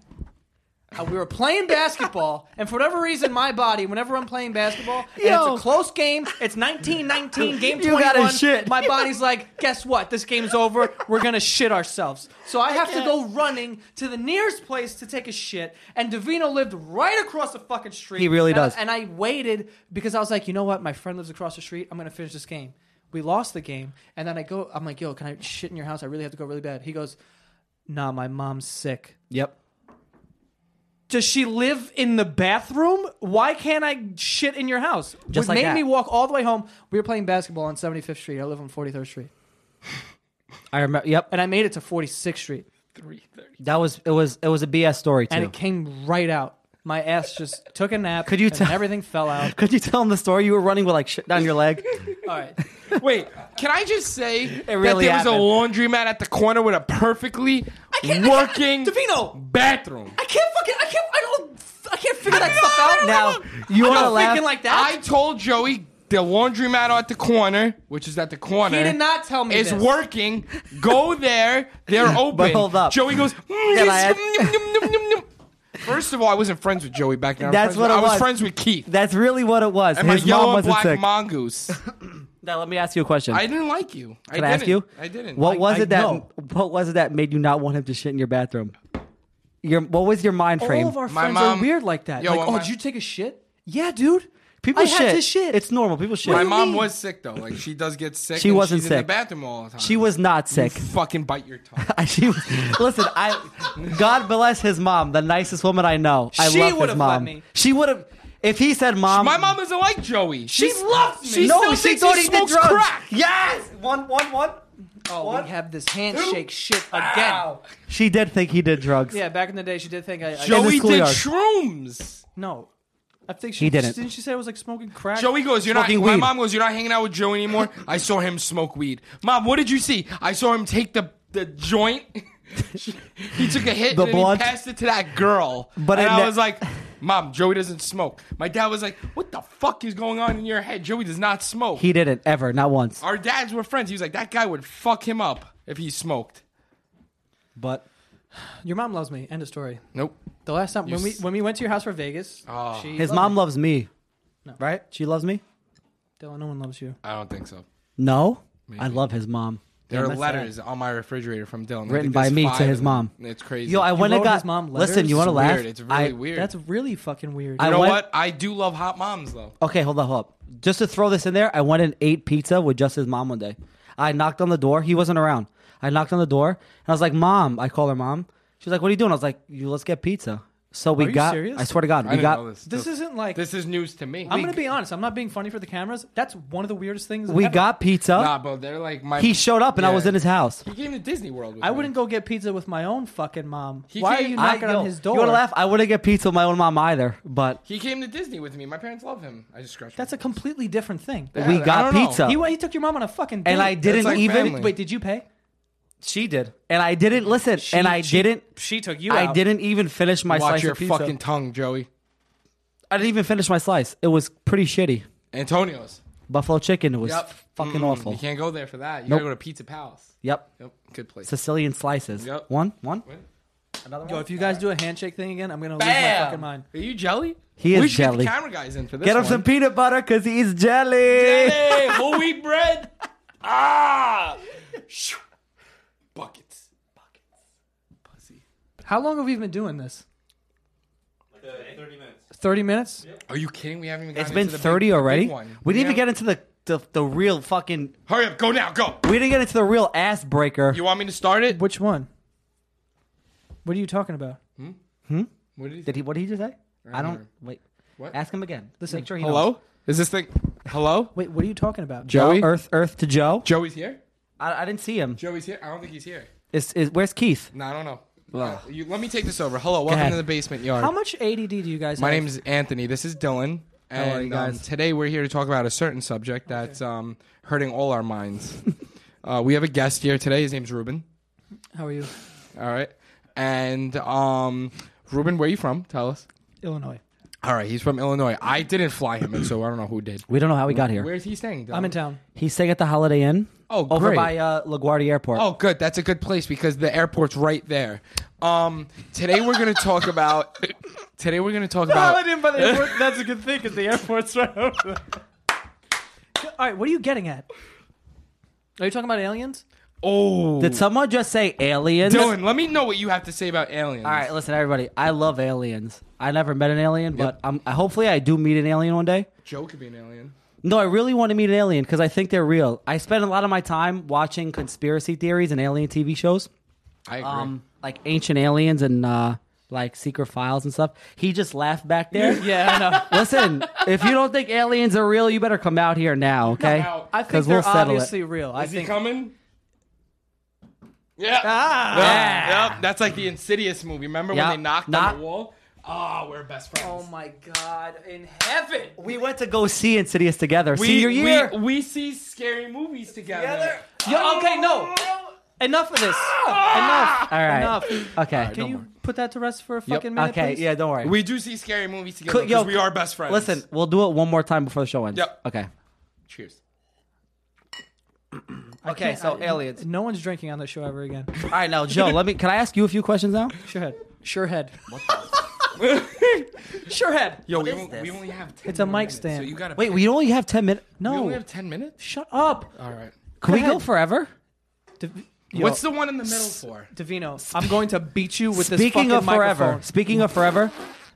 Speaker 1: Uh, we were playing basketball, <laughs> and for whatever reason, my body, whenever I'm playing basketball, and
Speaker 2: Yo.
Speaker 1: it's a close game. It's 19-19, game
Speaker 2: You gotta
Speaker 1: 21.
Speaker 2: shit.
Speaker 1: My body's like, guess what? This game's over. We're gonna shit ourselves. So I have to go running to the nearest place to take a shit. And Davino lived right across the fucking street.
Speaker 2: He really
Speaker 1: And I-
Speaker 2: does.
Speaker 1: and I waited because I was like, you know what? My friend lives across the street. I'm gonna finish this game. We lost the game, and then I go. I'm like, yo, can I shit in your house? I really have to go really bad. He goes, nah, my mom's sick.
Speaker 2: yep.
Speaker 1: Does she live in the bathroom? Why can't I shit in your house?
Speaker 2: Just
Speaker 1: Just
Speaker 2: like
Speaker 1: made
Speaker 2: that.
Speaker 1: me walk all the way home. We were playing basketball on 75th Street. I live on 43rd Street,
Speaker 2: I remember. Yep,
Speaker 1: and I made it to 46th Street,
Speaker 3: three thirty.
Speaker 2: that was it. Was it was a BS story too?
Speaker 1: and it came right out. My ass just took a nap.
Speaker 2: Could you
Speaker 1: and
Speaker 2: tell-
Speaker 1: everything fell <laughs> out?
Speaker 2: Could you tell him the story? You were running with like shit down your leg.
Speaker 1: All right.
Speaker 3: Wait, can I just say that
Speaker 2: really
Speaker 3: there
Speaker 2: happened.
Speaker 3: was a laundromat at the corner with a perfectly
Speaker 1: can't- I
Speaker 3: working
Speaker 1: Davino,
Speaker 3: bathroom?
Speaker 1: I can't fucking. I can't. I don't. I can't figure that stuff out
Speaker 2: now you
Speaker 1: I'm
Speaker 2: want to
Speaker 1: not
Speaker 2: laugh?
Speaker 1: thinking like that.
Speaker 3: I told Joey the laundromat at the corner, which is at the corner.
Speaker 1: He did not tell me
Speaker 3: It's
Speaker 1: this.
Speaker 3: working. Go there.
Speaker 2: <laughs>
Speaker 3: They're open.
Speaker 2: hold up.
Speaker 3: Joey goes. "Mm,
Speaker 2: <laughs> Can I
Speaker 3: yes, <laughs>
Speaker 2: ask-
Speaker 3: mm, yum, yum, yum, yum." First of all, I wasn't friends with Joey back then. I was
Speaker 2: That's
Speaker 3: friends
Speaker 2: what
Speaker 3: with-
Speaker 2: it
Speaker 3: I was.
Speaker 2: was.
Speaker 3: friends with Keith
Speaker 2: That's really what it was.
Speaker 3: and
Speaker 2: His
Speaker 3: my yellow
Speaker 2: mom
Speaker 3: and
Speaker 2: wasn't
Speaker 3: black
Speaker 2: sick.
Speaker 3: mongoose.
Speaker 2: now let me ask you a question.
Speaker 3: I didn't
Speaker 2: <laughs>
Speaker 3: like you. I
Speaker 2: Can I,
Speaker 3: didn't.
Speaker 2: ask you?
Speaker 3: I didn't.
Speaker 2: What
Speaker 3: I-
Speaker 2: was
Speaker 1: I
Speaker 2: it that?
Speaker 1: know.
Speaker 2: What was it that made you not want him to shit in your bathroom? Your what was your mind frame?
Speaker 1: All of our
Speaker 3: My
Speaker 1: friends
Speaker 3: mom-
Speaker 1: are weird like that.
Speaker 3: Yo,
Speaker 1: like,
Speaker 3: when
Speaker 1: oh,
Speaker 3: my-
Speaker 1: did you take a shit? Yeah, dude.
Speaker 2: People
Speaker 1: I
Speaker 2: shit.
Speaker 1: had to shit.
Speaker 2: It's normal. People shit.
Speaker 3: my
Speaker 1: you
Speaker 3: mom
Speaker 1: mean?
Speaker 3: was sick though. Like she does get sick.
Speaker 2: She
Speaker 3: and
Speaker 2: wasn't
Speaker 3: she's
Speaker 2: sick.
Speaker 3: In the bathroom all the time.
Speaker 2: she was not
Speaker 3: <laughs>
Speaker 2: sick. <laughs>
Speaker 3: fucking bite your tongue.
Speaker 2: she was, listen, I God bless his mom, the nicest woman I know. I
Speaker 1: She
Speaker 2: love his
Speaker 1: would've
Speaker 2: mom.
Speaker 1: let me.
Speaker 2: She would have if he said mom.
Speaker 3: my mom doesn't like Joey. She
Speaker 1: She loves me.
Speaker 3: She
Speaker 2: no,
Speaker 3: still
Speaker 2: she
Speaker 3: thinks
Speaker 2: thought
Speaker 3: he
Speaker 2: he did
Speaker 3: smokes
Speaker 2: drugs.
Speaker 3: crack.
Speaker 2: Yes, one, one, one.
Speaker 1: Oh,
Speaker 2: What?
Speaker 1: we have this handshake shit again.
Speaker 2: She did think he did drugs.
Speaker 1: Yeah, back in the day, she did think I. I
Speaker 3: Joey did
Speaker 2: schoolyard.
Speaker 3: shrooms.
Speaker 1: no, I think she
Speaker 2: He didn't.
Speaker 1: Didn't she say it was like smoking crack?
Speaker 3: Joey goes, you're
Speaker 2: Smoking
Speaker 3: not. My
Speaker 2: weed.
Speaker 3: mom goes, you're not hanging out with Joey anymore. I saw him smoke weed. Mom, what did you see? I saw him take the the joint. <laughs> he took a hit
Speaker 2: The
Speaker 3: and then
Speaker 2: blunt.
Speaker 3: he passed it to that girl.
Speaker 2: But
Speaker 3: and
Speaker 2: it
Speaker 3: I
Speaker 2: ne-
Speaker 3: was like, Mom, Joey doesn't smoke. My dad was like, What the fuck is going on in your head? Joey does not smoke.
Speaker 2: He didn't ever, not once.
Speaker 3: Our dads were friends. He was like, That guy would fuck him up if he smoked.
Speaker 2: But
Speaker 1: Your mom loves me. End of story.
Speaker 3: Nope.
Speaker 1: The last time when we when we went to your house for Vegas,
Speaker 3: Oh.
Speaker 1: she
Speaker 2: his
Speaker 1: loved
Speaker 2: mom
Speaker 1: me.
Speaker 2: loves me, right? She loves me.
Speaker 1: Dylan, no one loves you.
Speaker 3: I don't think so.
Speaker 2: No, I love his mom.
Speaker 3: There
Speaker 2: Yeah,
Speaker 3: are
Speaker 2: that's
Speaker 3: letters on my refrigerator from Dylan. I
Speaker 2: Written
Speaker 3: think
Speaker 2: by
Speaker 3: there's
Speaker 2: me to
Speaker 3: five
Speaker 2: his
Speaker 3: of them.
Speaker 2: mom.
Speaker 3: It's
Speaker 2: sad.
Speaker 3: crazy.
Speaker 2: Yo, I went and
Speaker 1: wrote
Speaker 2: got.
Speaker 1: his mom
Speaker 2: listen, you
Speaker 1: letters?
Speaker 2: want to laugh?
Speaker 3: It's Weird. It's really
Speaker 2: I-
Speaker 3: weird.
Speaker 1: That's really fucking weird.
Speaker 2: I
Speaker 3: you know
Speaker 2: went-
Speaker 3: what? I do love hot moms though.
Speaker 2: Okay, hold on, hold up. Just to throw this in there, I went and ate pizza with just his mom one day. I knocked on the door. He wasn't around. I knocked on the door and I was like, "Mom," I call her mom. She's like, "What are you doing?" I was like, "You let's get pizza." So we
Speaker 1: Are you
Speaker 2: got.
Speaker 1: serious?
Speaker 2: I swear to God, we
Speaker 3: I didn't
Speaker 2: got.
Speaker 3: know this.
Speaker 1: this isn't like
Speaker 3: This is news to me.
Speaker 1: I'm gonna be honest. I'm not being funny for the cameras. That's one of the weirdest things.
Speaker 3: <laughs>
Speaker 2: We
Speaker 1: ever.
Speaker 2: got pizza.
Speaker 3: Nah, bro. They're like my.
Speaker 2: He showed up and I
Speaker 3: Yeah.
Speaker 2: was in his house.
Speaker 3: He came to Disney World. With
Speaker 1: I
Speaker 3: me.
Speaker 1: wouldn't go get pizza with my own fucking mom.
Speaker 3: He
Speaker 1: Why are
Speaker 3: can't-
Speaker 1: you
Speaker 3: I-
Speaker 1: knocking
Speaker 2: yo,
Speaker 1: on his door?
Speaker 2: You want to laugh? I wouldn't get pizza with my own mom either, but
Speaker 3: He came to Disney with me. My parents love him. I just scratched.
Speaker 1: That's a completely different thing.
Speaker 3: Yeah,
Speaker 2: we
Speaker 3: I
Speaker 2: got
Speaker 3: don't know.
Speaker 2: pizza.
Speaker 1: He went. He took your mom on a fucking. Date.
Speaker 2: and I didn't
Speaker 3: like
Speaker 2: even.
Speaker 3: family.
Speaker 1: Wait, did you pay?
Speaker 2: She did. And I didn't listen. and I
Speaker 1: she-
Speaker 2: didn't.
Speaker 1: She took you.
Speaker 2: I
Speaker 1: out.
Speaker 2: didn't even finish my
Speaker 3: Watch
Speaker 2: slice
Speaker 3: your
Speaker 2: of pizza.
Speaker 3: fucking tongue, Joey.
Speaker 2: I didn't even finish my slice. It was pretty shitty.
Speaker 3: Antonio's.
Speaker 2: Buffalo chicken. It was
Speaker 3: Yep.
Speaker 2: fucking
Speaker 3: Mm-mm.
Speaker 2: awful.
Speaker 3: You can't go there for that. You
Speaker 2: Nope.
Speaker 3: gotta go to Pizza Palace.
Speaker 2: Yep.
Speaker 3: Yep. Good place.
Speaker 2: Sicilian slices.
Speaker 3: Yep.
Speaker 2: One, one.
Speaker 3: What?
Speaker 2: Another
Speaker 1: Yo, if you guys do a handshake thing again, I'm gonna lose my fucking mind.
Speaker 3: Are you jelly?
Speaker 2: He
Speaker 3: we
Speaker 2: is
Speaker 3: should
Speaker 2: jelly.
Speaker 3: Get the camera guys in for this.
Speaker 2: Get him
Speaker 3: one.
Speaker 2: some peanut butter because he eats jelly.
Speaker 3: Hey, whole wheat bread.
Speaker 2: <laughs>
Speaker 3: Ah. Shoo. Buckets. Buckets. Pussy.
Speaker 1: How long have we been doing this?
Speaker 4: Like, uh, 30 minutes.
Speaker 1: Thirty minutes.
Speaker 3: Are you kidding? We haven't even.
Speaker 2: It's
Speaker 3: gotten
Speaker 2: been
Speaker 3: into the big-
Speaker 2: 30
Speaker 3: big
Speaker 2: already.
Speaker 3: one.
Speaker 2: We didn't even
Speaker 3: Yeah.
Speaker 2: get into the, the, the real fucking.
Speaker 3: Hurry up! Go now! Go.
Speaker 2: We didn't get into the real ass breaker.
Speaker 3: You want me to start it?
Speaker 1: Which one? What are you talking about?
Speaker 3: What did he
Speaker 2: Did he? What did he just say? I don't.
Speaker 3: remember.
Speaker 2: Wait.
Speaker 3: What?
Speaker 2: Ask him again.
Speaker 1: Listen,
Speaker 2: Make sure he knows.
Speaker 3: Hello? Is this thing? Hello?
Speaker 1: Wait, what are you talking about?
Speaker 3: Joey?
Speaker 2: Earth, Earth to Joe.
Speaker 3: Joey's here.
Speaker 2: I, I didn't see him.
Speaker 3: Joey's here. I don't think he's here.
Speaker 2: Is, is where's Keith?
Speaker 3: No, I don't know. Uh, you, let me take this over. Hello, welcome
Speaker 2: ahead.
Speaker 3: to the basement yard.
Speaker 1: How much ADD do you guys
Speaker 3: My
Speaker 1: have?
Speaker 3: name is Anthony. This is
Speaker 2: are
Speaker 3: Dylan.
Speaker 2: you
Speaker 3: And um,
Speaker 2: guys?
Speaker 3: today we're here to talk about a certain subject that's um, hurting all our minds.
Speaker 1: <laughs>
Speaker 3: uh, we have a guest here today. His name's Ruben.
Speaker 1: How are you?
Speaker 3: All right. And um, Ruben, where are you from? Tell us.
Speaker 1: Illinois.
Speaker 3: All right, he's from Illinois. I didn't fly him, and so I don't know who did.
Speaker 2: We don't know how he got here.
Speaker 3: Where's he staying? Dylan?
Speaker 1: I'm in town.
Speaker 2: He's staying at the Holiday Inn
Speaker 3: Oh,
Speaker 2: over
Speaker 3: great.
Speaker 2: by uh, LaGuardia Airport.
Speaker 3: Oh, good. That's a good place because the airport's right there. Um, today we're gonna talk about. Today we're gonna talk about.
Speaker 2: <laughs>
Speaker 1: That's a good thing because the airport's right over there. All right, what are you getting at? Are you talking about
Speaker 2: <laughs>
Speaker 1: aliens?
Speaker 3: Oh,
Speaker 2: Did someone just say aliens?
Speaker 3: Dylan, let me know what you have to say about aliens.
Speaker 2: All right, listen, everybody. I love aliens. I never met an alien, but um, I- hopefully I do meet an alien one day.
Speaker 3: Joe could be an alien.
Speaker 2: No, I really want to meet an alien because I think they're real. I spend a lot of my time watching conspiracy theories and alien TV shows.
Speaker 3: I agree.
Speaker 2: um, like ancient aliens and uh, like secret files and stuff. He just laughed back there.
Speaker 1: Yeah, I know.
Speaker 2: <laughs> Listen, if you don't think aliens are real, you better come out here now, okay?
Speaker 3: out.
Speaker 1: I
Speaker 2: 'Cause
Speaker 1: think
Speaker 2: we'll
Speaker 1: they're
Speaker 2: settle
Speaker 1: obviously
Speaker 2: it.
Speaker 1: real. I
Speaker 3: Is he
Speaker 1: think
Speaker 3: coming? Yeah.
Speaker 2: Ah.
Speaker 3: Yep, yep. That's like the Insidious movie. Remember
Speaker 2: Yep. Oh,
Speaker 3: when they knocked
Speaker 2: Knock-
Speaker 3: on the wall? Ah, we're best friends.
Speaker 1: Oh my God! In heaven,
Speaker 2: We went to go see Insidious together.
Speaker 3: we,
Speaker 2: Senior year.
Speaker 3: We, we see scary movies together.
Speaker 1: Yo, okay, no. Enough of this. Enough.
Speaker 2: All right.
Speaker 1: Enough.
Speaker 2: Okay.
Speaker 1: Can
Speaker 3: no
Speaker 1: you
Speaker 3: more.
Speaker 1: put that to rest for a fucking minute,
Speaker 2: okay.
Speaker 1: please?
Speaker 2: Yeah. Don't worry.
Speaker 3: We do see scary movies together
Speaker 2: Could- yo,
Speaker 3: because we are best friends.
Speaker 2: Listen, we'll do it one more time before the show ends.
Speaker 3: Yep.
Speaker 2: Okay.
Speaker 3: Cheers.
Speaker 2: Okay. So aliens.
Speaker 1: No one's drinking on this show ever again.
Speaker 2: All right. Now, Joe, let me. Can I ask you a few questions now?
Speaker 1: Sure head. Sure head. <laughs> sure head.
Speaker 3: Yo, we,
Speaker 2: is
Speaker 3: on-
Speaker 2: this?
Speaker 3: we only have 10
Speaker 1: It's a
Speaker 3: more
Speaker 1: mic
Speaker 3: minutes,
Speaker 1: stand.
Speaker 3: So you gotta
Speaker 2: Wait. We only have ten minutes.
Speaker 3: We
Speaker 2: No.
Speaker 3: only have 10 minutes?
Speaker 1: Shut up.
Speaker 3: All right.
Speaker 2: Can we
Speaker 1: ahead.
Speaker 2: go forever?
Speaker 1: Div-
Speaker 3: What's the one in the middle for?
Speaker 1: Davino? I'm going to beat you with this
Speaker 2: Speaking
Speaker 1: fucking
Speaker 2: of forever,
Speaker 1: microphone.
Speaker 2: speaking of forever,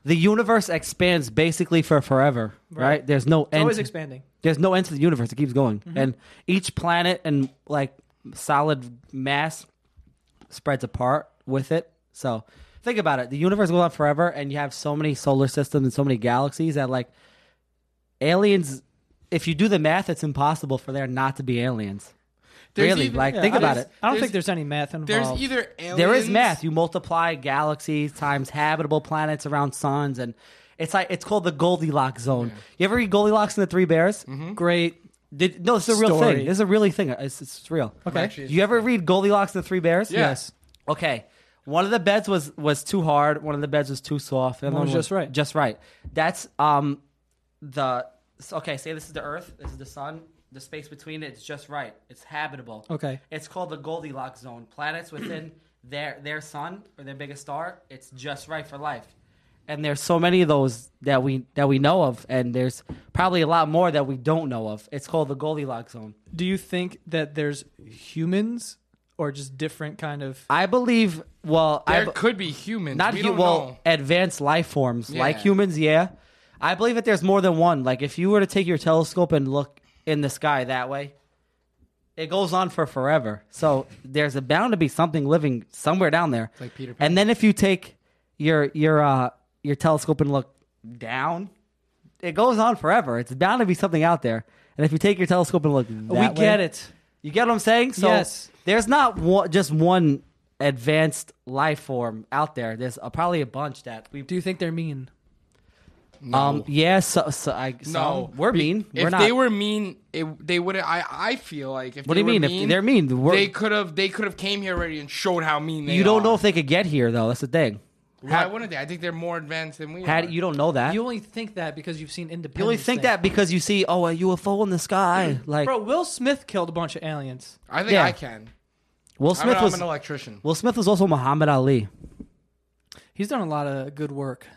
Speaker 2: the universe expands basically for forever, right? There's no end.
Speaker 1: Always Mm-hmm.
Speaker 2: to-
Speaker 1: expanding.
Speaker 2: There's no end to the universe. It keeps going, and each planet and like solid mass spreads apart with it. So think about it. The universe goes on forever, and you have so many solar systems and so many galaxies that like aliens. If you do the math, it's impossible for there not to be aliens.
Speaker 3: There's
Speaker 2: really,
Speaker 3: even-
Speaker 2: like
Speaker 3: yeah,
Speaker 2: think
Speaker 1: I
Speaker 2: about
Speaker 1: just-
Speaker 2: it.
Speaker 1: I don't
Speaker 3: There's-
Speaker 1: think there's any math involved.
Speaker 3: There's either aliens.
Speaker 2: There is math. You multiply galaxies times habitable planets around suns, and it's like it's called the Goldilocks zone. You ever read Goldilocks and the Three Bears?
Speaker 3: Mm-hmm.
Speaker 1: great.
Speaker 2: Did, no, it's a real
Speaker 1: Story.
Speaker 2: thing. It's a really thing. It's, it's real.
Speaker 1: Okay.
Speaker 3: Actually,
Speaker 2: You ever read Goldilocks and the Three Bears?
Speaker 3: Yeah. Yes.
Speaker 2: Okay. One of the beds was was too hard. One of the beds was too soft. And
Speaker 1: One was just right.
Speaker 2: Just right. That's um the so- okay. Say this is the Earth. This is the Sun. The space between it, it's just right. It's habitable.
Speaker 1: Okay.
Speaker 2: It's called the Goldilocks zone. Planets within <clears throat> their their sun or their biggest star, it's just right for life. And there's so many of those that we that we know of, and there's probably a lot more that we don't know of. It's called the Goldilocks zone.
Speaker 1: Do you think that there's humans or just different kind of?
Speaker 2: I believe. Well, I
Speaker 3: There
Speaker 2: b-
Speaker 3: could be humans.
Speaker 2: not
Speaker 3: we
Speaker 2: hu-
Speaker 3: don't
Speaker 2: well
Speaker 3: know.
Speaker 2: advanced life forms like
Speaker 3: Yeah.
Speaker 2: humans. Yeah, I believe that there's more than one. Like if you were to take your telescope and look in the sky that way, it goes on for forever. So there's a bound to be something living somewhere down there.
Speaker 3: like Peter Pan.
Speaker 2: And then if you take your your uh your telescope and look down, it goes on forever. It's bound to be something out there. And if you take your telescope and look, that
Speaker 1: we get
Speaker 2: way-
Speaker 1: it.
Speaker 2: you get what I'm saying? So
Speaker 1: Yes.
Speaker 2: there's not one, just one advanced life form out there. There's a, probably a bunch that we
Speaker 1: Do you think they're mean?
Speaker 3: No.
Speaker 2: um yeah, so, so I
Speaker 3: no,
Speaker 2: so we're
Speaker 3: Be-
Speaker 2: mean.
Speaker 3: If
Speaker 2: we're not.
Speaker 3: they were mean, it, they wouldn't. I I feel like if
Speaker 2: what do
Speaker 3: they
Speaker 2: you
Speaker 3: were
Speaker 2: mean? If they're mean, we're,
Speaker 3: they could have they could have came here already and showed how mean they.
Speaker 2: you don't
Speaker 3: are.
Speaker 2: know if they could get here though. That's the thing.
Speaker 3: Why wouldn't they? I think they're more advanced than we
Speaker 2: How
Speaker 3: are.
Speaker 2: do- you don't know that.
Speaker 1: You
Speaker 2: You,
Speaker 1: only think that because you've seen Independence.
Speaker 2: only think
Speaker 1: Day.
Speaker 2: that because you see oh a UFO in the
Speaker 3: <clears throat>
Speaker 2: sky. Like
Speaker 1: bro. Will Smith killed a bunch of aliens.
Speaker 3: I think
Speaker 2: yeah.
Speaker 3: I can.
Speaker 2: Will
Speaker 3: I mean,
Speaker 2: Smith
Speaker 3: I'm
Speaker 2: was
Speaker 3: an electrician.
Speaker 2: Will Smith was also Muhammad Ali.
Speaker 1: He's done a lot of good work.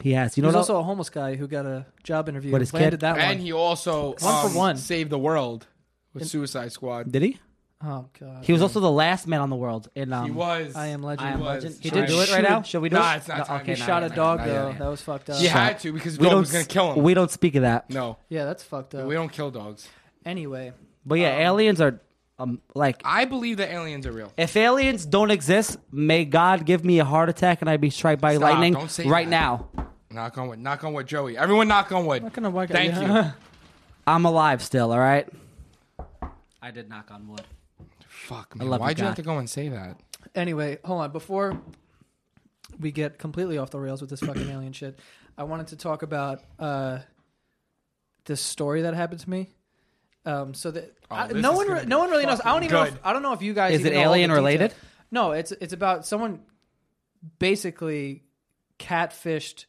Speaker 2: He has. You know
Speaker 1: There's
Speaker 2: what
Speaker 1: also a homeless guy who got a job interview.
Speaker 2: What, his
Speaker 1: landed
Speaker 2: kid?
Speaker 1: that one.
Speaker 3: And he also
Speaker 1: One for
Speaker 3: um,
Speaker 1: one.
Speaker 3: saved the world with Suicide Squad.
Speaker 2: did he?
Speaker 1: oh god.
Speaker 2: He was also the last man on the world in um
Speaker 3: He was.
Speaker 1: I am legend.
Speaker 2: I Am
Speaker 3: He was.
Speaker 2: Legend. He
Speaker 1: He
Speaker 2: did
Speaker 1: did
Speaker 2: do it right
Speaker 1: shoot-
Speaker 2: now. Should we do
Speaker 3: Nah,
Speaker 2: it?
Speaker 3: it's not
Speaker 2: No,
Speaker 3: time
Speaker 2: okay,
Speaker 1: He
Speaker 3: yet.
Speaker 2: nah,
Speaker 1: shot
Speaker 2: nah,
Speaker 1: a
Speaker 2: nah,
Speaker 1: dog
Speaker 2: nah,
Speaker 1: though.
Speaker 2: yeah, yeah.
Speaker 1: That was fucked up.
Speaker 3: He
Speaker 2: Shut
Speaker 3: had to because the
Speaker 2: we
Speaker 3: dog
Speaker 2: don't
Speaker 3: was gonna kill him.
Speaker 2: We don't speak of that.
Speaker 3: no,
Speaker 1: Yeah, that's fucked up.
Speaker 3: we don't kill dogs.
Speaker 1: Anyway,
Speaker 2: But yeah, aliens are um like
Speaker 3: I believe that aliens are real.
Speaker 2: if aliens don't exist, may God give me a heart attack and I be struck by
Speaker 3: Stop,
Speaker 2: lightning
Speaker 3: don't say
Speaker 2: right
Speaker 3: that.
Speaker 2: now.
Speaker 3: Knock on wood. Knock on wood, Joey. Everyone, knock on wood.
Speaker 1: Knock on wood,
Speaker 3: Thank
Speaker 1: yeah. <laughs>
Speaker 3: you.
Speaker 2: I'm alive still, all right? I did knock on wood.
Speaker 3: Fuck man.
Speaker 2: love you,
Speaker 3: Why'd you
Speaker 2: God.
Speaker 3: have to go and say that?
Speaker 1: anyway, hold on. Before we get completely off the rails with this fucking alien shit, I wanted to talk about uh, this story that happened to me. Um, so that
Speaker 3: Oh,
Speaker 1: I-
Speaker 3: this
Speaker 1: no
Speaker 3: is
Speaker 1: one,
Speaker 3: gonna
Speaker 1: re-
Speaker 3: be
Speaker 1: no one really knows. I don't even. Know if,
Speaker 3: good.
Speaker 1: I don't know if you guys
Speaker 2: Is
Speaker 1: even
Speaker 2: it
Speaker 1: know all the
Speaker 2: alien related?
Speaker 1: details. No, it's it's about someone basically catfished